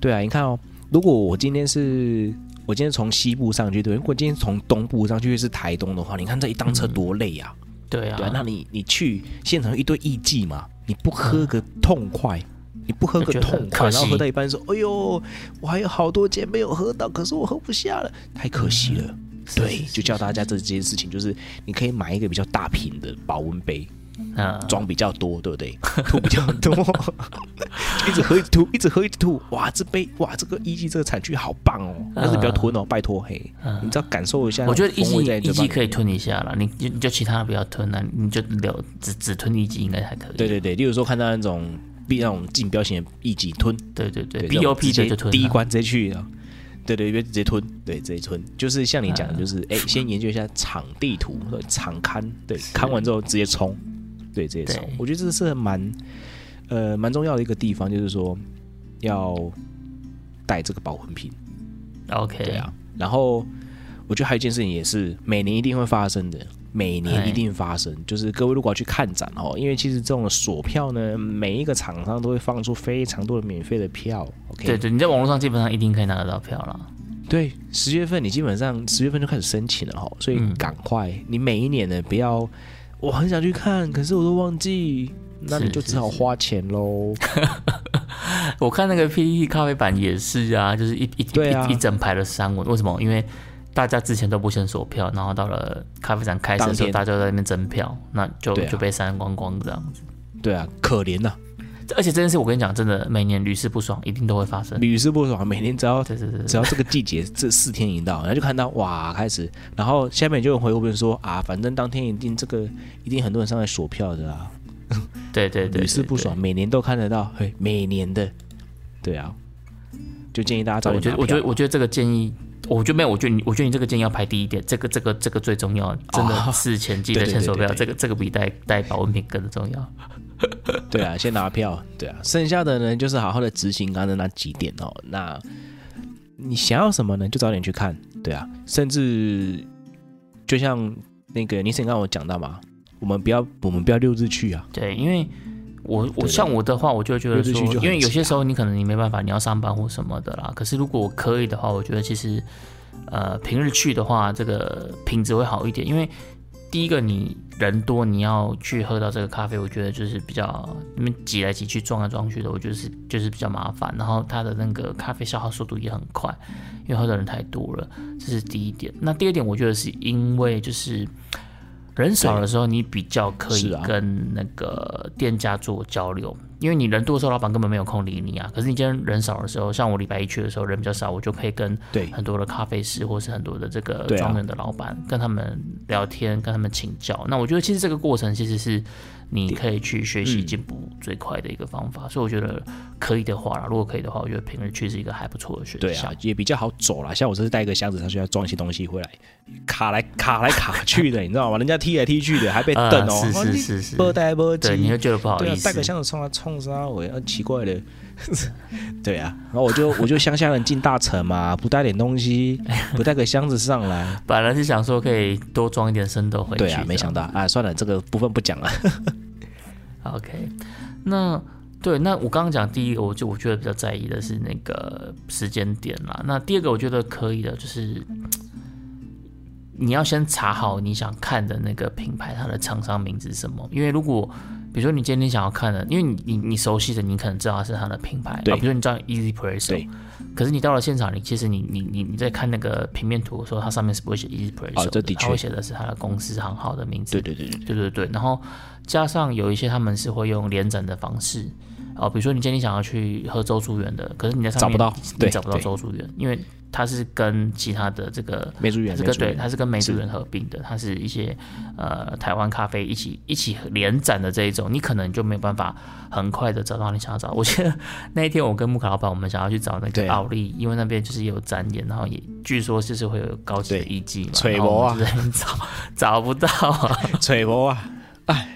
Speaker 2: 对啊，你看哦，如果我今天是我今天从西部上去，对，如果今天从东部上去是台东的话，你看这一趟
Speaker 1: 嗯
Speaker 2: 车多累啊！
Speaker 1: 对啊，
Speaker 2: 对啊，那你你去现场一堆艺妓嘛，你不喝个痛快，你不喝
Speaker 1: 嗯
Speaker 2: 个
Speaker 1: 就觉得
Speaker 2: 痛
Speaker 1: 很
Speaker 2: 快，
Speaker 1: 可惜
Speaker 2: 然后喝到一半说：“哎呦，我还有好多件没有喝到，可是我喝不下了，太可惜了。
Speaker 1: 嗯是
Speaker 2: 对，
Speaker 1: 是是
Speaker 2: 就教大家这件事情，就是你可以买一个比较大瓶的保温杯，
Speaker 1: 嗯，
Speaker 2: 装比较多，对不 对？吐比较多， 一直喝一直吐，一直喝一直吐。哇，这杯哇，这个一季这个产区好棒哦，但是不要吞哦，拜托嘿，你只要感受一下那
Speaker 1: 嗯我
Speaker 2: 种
Speaker 1: 觉
Speaker 2: 风
Speaker 1: 得一
Speaker 2: 味在
Speaker 1: 季
Speaker 2: 你嘴巴里面。
Speaker 1: 一季可以吞一下了，你就你就其他的不要吞了、你就留只只吞一季应该还可以。
Speaker 2: 对对对，例如说看到那种比那种竞标型的一级吞，
Speaker 1: 对对对
Speaker 2: 对
Speaker 1: ，B O
Speaker 2: 这
Speaker 1: P 的
Speaker 2: 种直
Speaker 1: 就
Speaker 2: 接
Speaker 1: 吞
Speaker 2: 第一
Speaker 1: 了
Speaker 2: 关直接去啊，对对，直接吞，对直接吞，就是像你讲
Speaker 1: 嗯
Speaker 2: 的，就是哎，先研究一下场地图、场刊，对，看完之后直接冲，对直接冲
Speaker 1: 对。
Speaker 2: 我觉得这是蛮呃蛮重要的一个地方，就是说要带这个保温瓶，
Speaker 1: OK，
Speaker 2: 对啊。然后我觉得还有一件事情也是每年一定会发生的，每年一定发生，就是各位如果要去看展哦，因为其实这种锁票呢，每一个厂商都会放出非常多的免费的票，OK？
Speaker 1: 对对，你在网络上基本上一定可以拿得到票了。
Speaker 2: 对，十月份你基本上十月份就开始申请了哈，所以
Speaker 1: 嗯
Speaker 2: 赶快，你每一年呢不要，我很想去看，可是我都忘记，那你
Speaker 1: 是
Speaker 2: 就是只好花钱喽。
Speaker 1: 我看那个 PPT 咖啡版也是啊，就是一一
Speaker 2: 对啊
Speaker 1: 一一整排的三文，为什么？因为大家之前都不先锁票，然后到了咖啡展开始的时
Speaker 2: 当
Speaker 1: 候，
Speaker 2: 天
Speaker 1: 大家都在那边争票，那就、
Speaker 2: 对啊
Speaker 1: 就被删光光这样子。
Speaker 2: 对啊，可怜呐、
Speaker 1: 而且这件事我跟你讲，真的每年屡试不爽，一定都会发生。
Speaker 2: 屡试不爽，每年只要
Speaker 1: 对对对
Speaker 2: 只
Speaker 1: 对，
Speaker 2: 要这个季节这四天一到，然后就看到哇开始，然后下面就有回复人说啊，反正当天一定这个一定很多人上来锁票的啊，
Speaker 1: 对对对，
Speaker 2: 屡试
Speaker 1: 对
Speaker 2: 不。爽，每年都看得到，嘿，每年的，对啊，就建议大家
Speaker 1: 对
Speaker 2: 早
Speaker 1: 我
Speaker 2: 点
Speaker 1: 觉得，
Speaker 2: 拿
Speaker 1: 我觉
Speaker 2: 票
Speaker 1: 得，我觉得这个建议，我觉得没有，我觉得你，我觉得你这个建议要排第一点，这个，这个，这个最重要，真的是前记
Speaker 2: 哦对
Speaker 1: 得
Speaker 2: 对
Speaker 1: 先
Speaker 2: 对
Speaker 1: 锁
Speaker 2: 对
Speaker 1: 票，
Speaker 2: 对
Speaker 1: 这个，这个比带带保温瓶更重要。
Speaker 2: 对啊，先拿票，对啊，剩下的呢就是好好的执行刚才那几点哦。那你想要什么呢？就早点去看，对啊，甚至就像那个尼森刚刚我讲到嘛，我们不要我们不要六日去啊，
Speaker 1: 对，因为我
Speaker 2: 对
Speaker 1: 我
Speaker 2: 对
Speaker 1: 像我的话，我就会觉得
Speaker 2: 日
Speaker 1: 说
Speaker 2: 剧就，很
Speaker 1: 因为有
Speaker 2: 挤啊
Speaker 1: 些时候你可能你没办法，你要上班或什么的啦。可是如果我可以的话，我觉得其实呃平日去的话，这个品质会好一点，因为。第一个，你人多，你要去喝到这个咖啡，我觉得就是比较你们挤来挤去、撞来撞去的，我觉得是就是比较麻烦。然后它的那个咖啡消耗速度也很快，因为喝的人太多了，这是第一点。那第二点，我觉得是因为就是人少的时候，你比较可
Speaker 2: 是
Speaker 1: 以
Speaker 2: 啊
Speaker 1: 跟那个店家做交流，因为你人多的时候，老板根本没有空理你啊。可是你今天人少的时候，像我礼拜一去的时候人比较少，我就可以跟
Speaker 2: 对
Speaker 1: 很多的咖啡师或是很多的这个
Speaker 2: 对啊
Speaker 1: 庄园的老板、跟他们聊天，跟他们请教。那我觉得其实这个过程其实是你可以去学习
Speaker 2: 嗯
Speaker 1: 进步最快的一个方法，所以我觉得可以的话啦，如果可以的话，我觉得平日去是一个还不错的选
Speaker 2: 对
Speaker 1: 项
Speaker 2: 啊。，也比较好走啦。像我这次带一个箱子上去要装一些东西回来，卡来卡来卡去 的，你知道吗？人家踢来踢去的，还被
Speaker 1: 呃
Speaker 2: 瞪哦，
Speaker 1: 是
Speaker 2: 哦
Speaker 1: 是
Speaker 2: 你
Speaker 1: 是是
Speaker 2: 不带不
Speaker 1: 对，
Speaker 2: 急
Speaker 1: 你会觉得不好
Speaker 2: 对啊
Speaker 1: 意，思。
Speaker 2: 带个箱子冲他冲啥我啊，奇怪的。 对啊，然后 我就我就乡下人进大城嘛，不带点东西，不带个箱子上来。
Speaker 1: 本来是想说可以多装一点生豆回去，
Speaker 2: 对啊，没想
Speaker 1: 到。
Speaker 2: 到啊，算了，这个部分不讲了。
Speaker 1: OK，那对，那我刚刚讲第一个，我就我觉得比较在意的是那个时间点啦。那第二个我觉得可以的，就是你要先查好你想看的那个品牌，它的厂商名字是什么。因为如果比如说你今天想要看的，因为你你你熟悉的，你可能知道它是它的品牌，啊、
Speaker 2: 对
Speaker 1: 比如说你知道 Easy Presso，
Speaker 2: 对
Speaker 1: 可是你到了现场，你其实你你你你在看那个平面图的时候，它上面是不会写 Easy Presso，、
Speaker 2: 哦这的确
Speaker 1: 它会写的是它的公司行号的名字。
Speaker 2: 对对对对，
Speaker 1: 对对对，然后加上有一些他们是会用联展的方式，哦，比如说你今天想要去喝周助园的，可是你在上面
Speaker 2: 找不到
Speaker 1: 你
Speaker 2: 对
Speaker 1: 找不到
Speaker 2: 对
Speaker 1: 周助园，因为它是跟其他的这个
Speaker 2: 梅竹园
Speaker 1: 它是
Speaker 2: 梅
Speaker 1: 跟
Speaker 2: 竹
Speaker 1: 对，
Speaker 2: 园
Speaker 1: 它是跟梅竹
Speaker 2: 是
Speaker 1: 园合并的，它是一些呃台湾咖啡一起一起联展的这一种，你可能就没有办法很快的找到你想要找。我记得 那一天我跟木卡老板，我们想要去找那
Speaker 2: 对
Speaker 1: 个
Speaker 2: 啊
Speaker 1: 奥利，因为那边就是也有展演，然后也据说就是会有高级的
Speaker 2: 对
Speaker 1: 艺伎嘛，
Speaker 2: 吹
Speaker 1: 然后我
Speaker 2: 毛啊
Speaker 1: 们就在那边找找不到啊。
Speaker 2: 吹波啊，哎，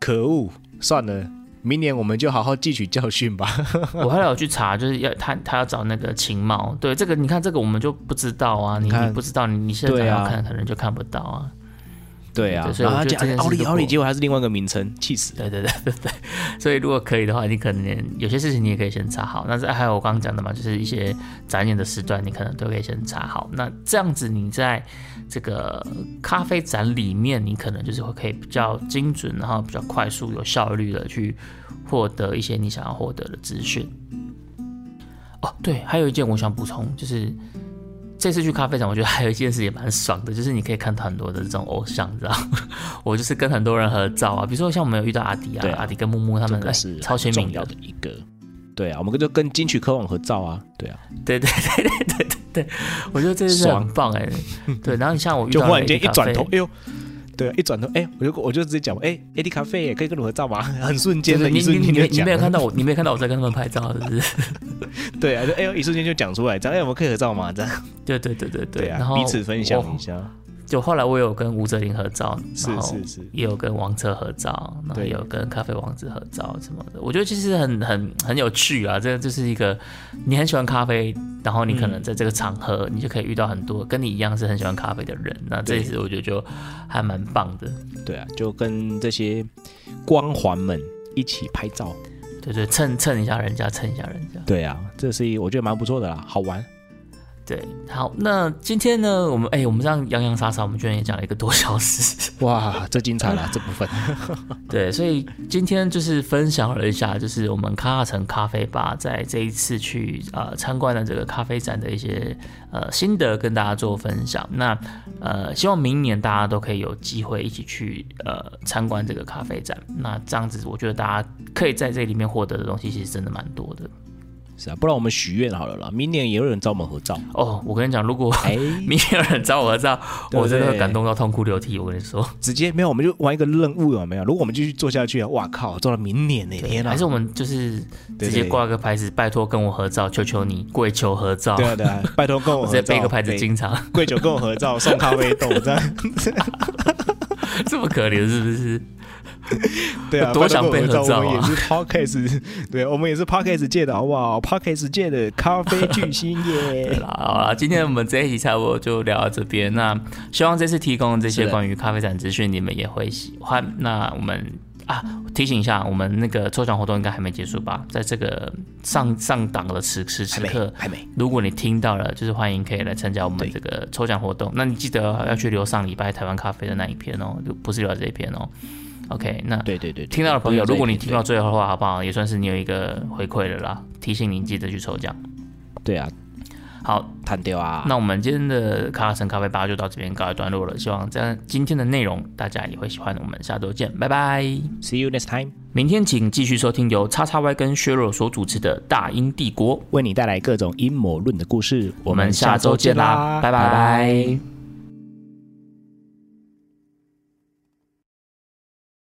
Speaker 2: 可恶，算了，明年我们就好好汲取教训吧。
Speaker 1: 我后来有去查，就是要他他要找那个情貌，对这个你看这个我们就不知道啊，你
Speaker 2: 看
Speaker 1: 你不知道你你现在
Speaker 2: 对啊
Speaker 1: 要看、可能就看不到啊，
Speaker 2: 对啊，
Speaker 1: 所以
Speaker 2: 然后
Speaker 1: 我
Speaker 2: 他
Speaker 1: 觉得这
Speaker 2: 讲
Speaker 1: 件
Speaker 2: 奥
Speaker 1: 事
Speaker 2: 利
Speaker 1: 如
Speaker 2: 奥利，
Speaker 1: 果
Speaker 2: 结果他是另外一个名称，气死！
Speaker 1: 对对啊对对 对，所以如果可以的话，你可能有些事情你也可以先查好。那是还有我刚刚讲的嘛，就是一些展演的时段，你可能都可以先查好。那这样子，你在这个咖啡展里面，你可能就是会可以比较精准，然后比较快速、有效率的去获得一些你想要获得的资讯。哦，对，还有一件我想补充，就是这次去咖啡展，我觉得还有一件事也蛮爽的，就是你可以看到很多的这种偶像，你知道 吗，我就是跟很多人合照啊，比如说像我们有遇到阿迪啊，
Speaker 2: 对啊
Speaker 1: 阿迪跟木木他
Speaker 2: 这
Speaker 1: 们
Speaker 2: 个
Speaker 1: 哎
Speaker 2: 是
Speaker 1: 超
Speaker 2: 很
Speaker 1: 鲜
Speaker 2: 重
Speaker 1: 明
Speaker 2: 要
Speaker 1: 的
Speaker 2: 的，一个。对啊，我们就跟金曲科网合照啊，对啊，
Speaker 1: 对对对对对对对，我觉得这件事很棒 哎、对，然后你像我遇
Speaker 2: 就
Speaker 1: 到
Speaker 2: 忽然
Speaker 1: 了
Speaker 2: 间
Speaker 1: Lady
Speaker 2: 一转头
Speaker 1: Gaga，，
Speaker 2: 哎呦，对、啊，一转头，哎，我就我就直接讲，哎，AD 咖啡可以跟你合照吗？ 很瞬
Speaker 1: 就
Speaker 2: 间
Speaker 1: 是
Speaker 2: 的，
Speaker 1: 你
Speaker 2: 一
Speaker 1: 你
Speaker 2: 瞬
Speaker 1: 你
Speaker 2: 间就
Speaker 1: 没你
Speaker 2: 讲
Speaker 1: 没有看
Speaker 2: 了，
Speaker 1: 到我，你没有看到我在跟他们拍照，是不是？
Speaker 2: 对啊，就哎呦，一瞬间就讲出来，这样，哎，我们可以合照吗？这样，
Speaker 1: 对对对对
Speaker 2: 对
Speaker 1: 然
Speaker 2: 啊，
Speaker 1: 后
Speaker 2: 彼此分享
Speaker 1: 我
Speaker 2: 一下，
Speaker 1: 就后来我有跟吴哲林合照，
Speaker 2: 是
Speaker 1: 然后
Speaker 2: 是是
Speaker 1: 也有跟王车合照，然后
Speaker 2: 对
Speaker 1: 也有跟咖啡王子合照什么的。我觉得其实很很很有趣啊，这个就是一个你很喜欢咖啡，然后你可
Speaker 2: 嗯
Speaker 1: 能在这个场合，你就可以遇到很多跟你一样是很喜欢咖啡的人。那这
Speaker 2: 对
Speaker 1: 一次我觉得就还蛮棒的，
Speaker 2: 对啊，就跟这些光环们一起拍照，
Speaker 1: 对对，蹭蹭一下人家，蹭一下人家。
Speaker 2: 对啊，这是一我觉得蛮不错的啦，好玩，
Speaker 1: 对，好，那今天呢，我们哎、我们这样洋洋洒洒，我们居然也讲了一个多小时。
Speaker 2: 哇，这精彩啦，这部分，
Speaker 1: 对，所以今天就是分享了一下，就是我们卡卡城咖啡吧在这一次去呃参观的这个咖啡展的一些呃心得，跟大家做分享。那呃，希望明年大家都可以有机会一起去呃参观这个咖啡展。那这样子，我觉得大家可以在这里面获得的东西，其实真的蛮多的。
Speaker 2: 是啊，不然我们许愿好了啦，明年也有人找我们合照，
Speaker 1: 哦，我跟你讲，如果
Speaker 2: 哎，
Speaker 1: 明天有人找我合照，
Speaker 2: 对
Speaker 1: 我真的会
Speaker 2: 对
Speaker 1: 感动到痛哭流涕。我跟你说，
Speaker 2: 直接没有，我们就玩一个任务有没有？如果我们继续做下去啊，哇靠，做到明年呢、 天啊！
Speaker 1: 还是我们就是
Speaker 2: 对
Speaker 1: 直接
Speaker 2: 对
Speaker 1: 挂个牌子，拜托跟我合照，求求你，跪求合照。
Speaker 2: 对啊对啊，拜托跟我
Speaker 1: 我
Speaker 2: 合
Speaker 1: 直
Speaker 2: 照，
Speaker 1: 接背一个牌子
Speaker 2: 对
Speaker 1: 进场，
Speaker 2: 跪酒跟我合照，送咖啡豆这 样，
Speaker 1: 这么可怜是不是？
Speaker 2: 对啊，
Speaker 1: 多想被合照啊
Speaker 2: 拜托跟我我们也是 podcast，对， 我们也是 podcast 界的好不好？podcast 界的咖啡巨星
Speaker 1: 对
Speaker 2: 耶，
Speaker 1: 啦，好啦，今天我们这一集差不多就聊到这边。那希望这次提供的这
Speaker 2: 是
Speaker 1: 些
Speaker 2: 的
Speaker 1: 关于咖啡展资讯，你们也会喜欢。那我们啊，提醒一下，我们那个抽奖活动应该还没结束吧？在这个上上档的此时
Speaker 2: 还
Speaker 1: 此
Speaker 2: 没
Speaker 1: 刻，
Speaker 2: 还没，
Speaker 1: 如果你听到了，就是欢迎可以来参加我们
Speaker 2: 对
Speaker 1: 这个抽奖活动。那你记得要去留上礼拜台湾咖啡的那一篇哦，不是留到这一篇哦。OK，那
Speaker 2: 对对对，对
Speaker 1: 听到的朋友，
Speaker 2: 不
Speaker 1: 如
Speaker 2: 用
Speaker 1: 果
Speaker 2: 再
Speaker 1: 你听到最后的话，好不好？也算是你有一个回馈了啦，提醒您记得去抽奖。
Speaker 2: 对啊，
Speaker 1: 好，
Speaker 2: 弹掉啊，
Speaker 1: 那我们今天的卡卡城咖啡吧就到这边告一段落了。希望这样今天的内容大家也会喜欢。我们下周见，拜拜。
Speaker 2: see you next time，
Speaker 1: 明天请继续收听由叉叉 Y 跟削弱所主持的《大英帝国》，
Speaker 2: 为你带来各种阴谋论的故事，
Speaker 1: 我们下周见啦，拜拜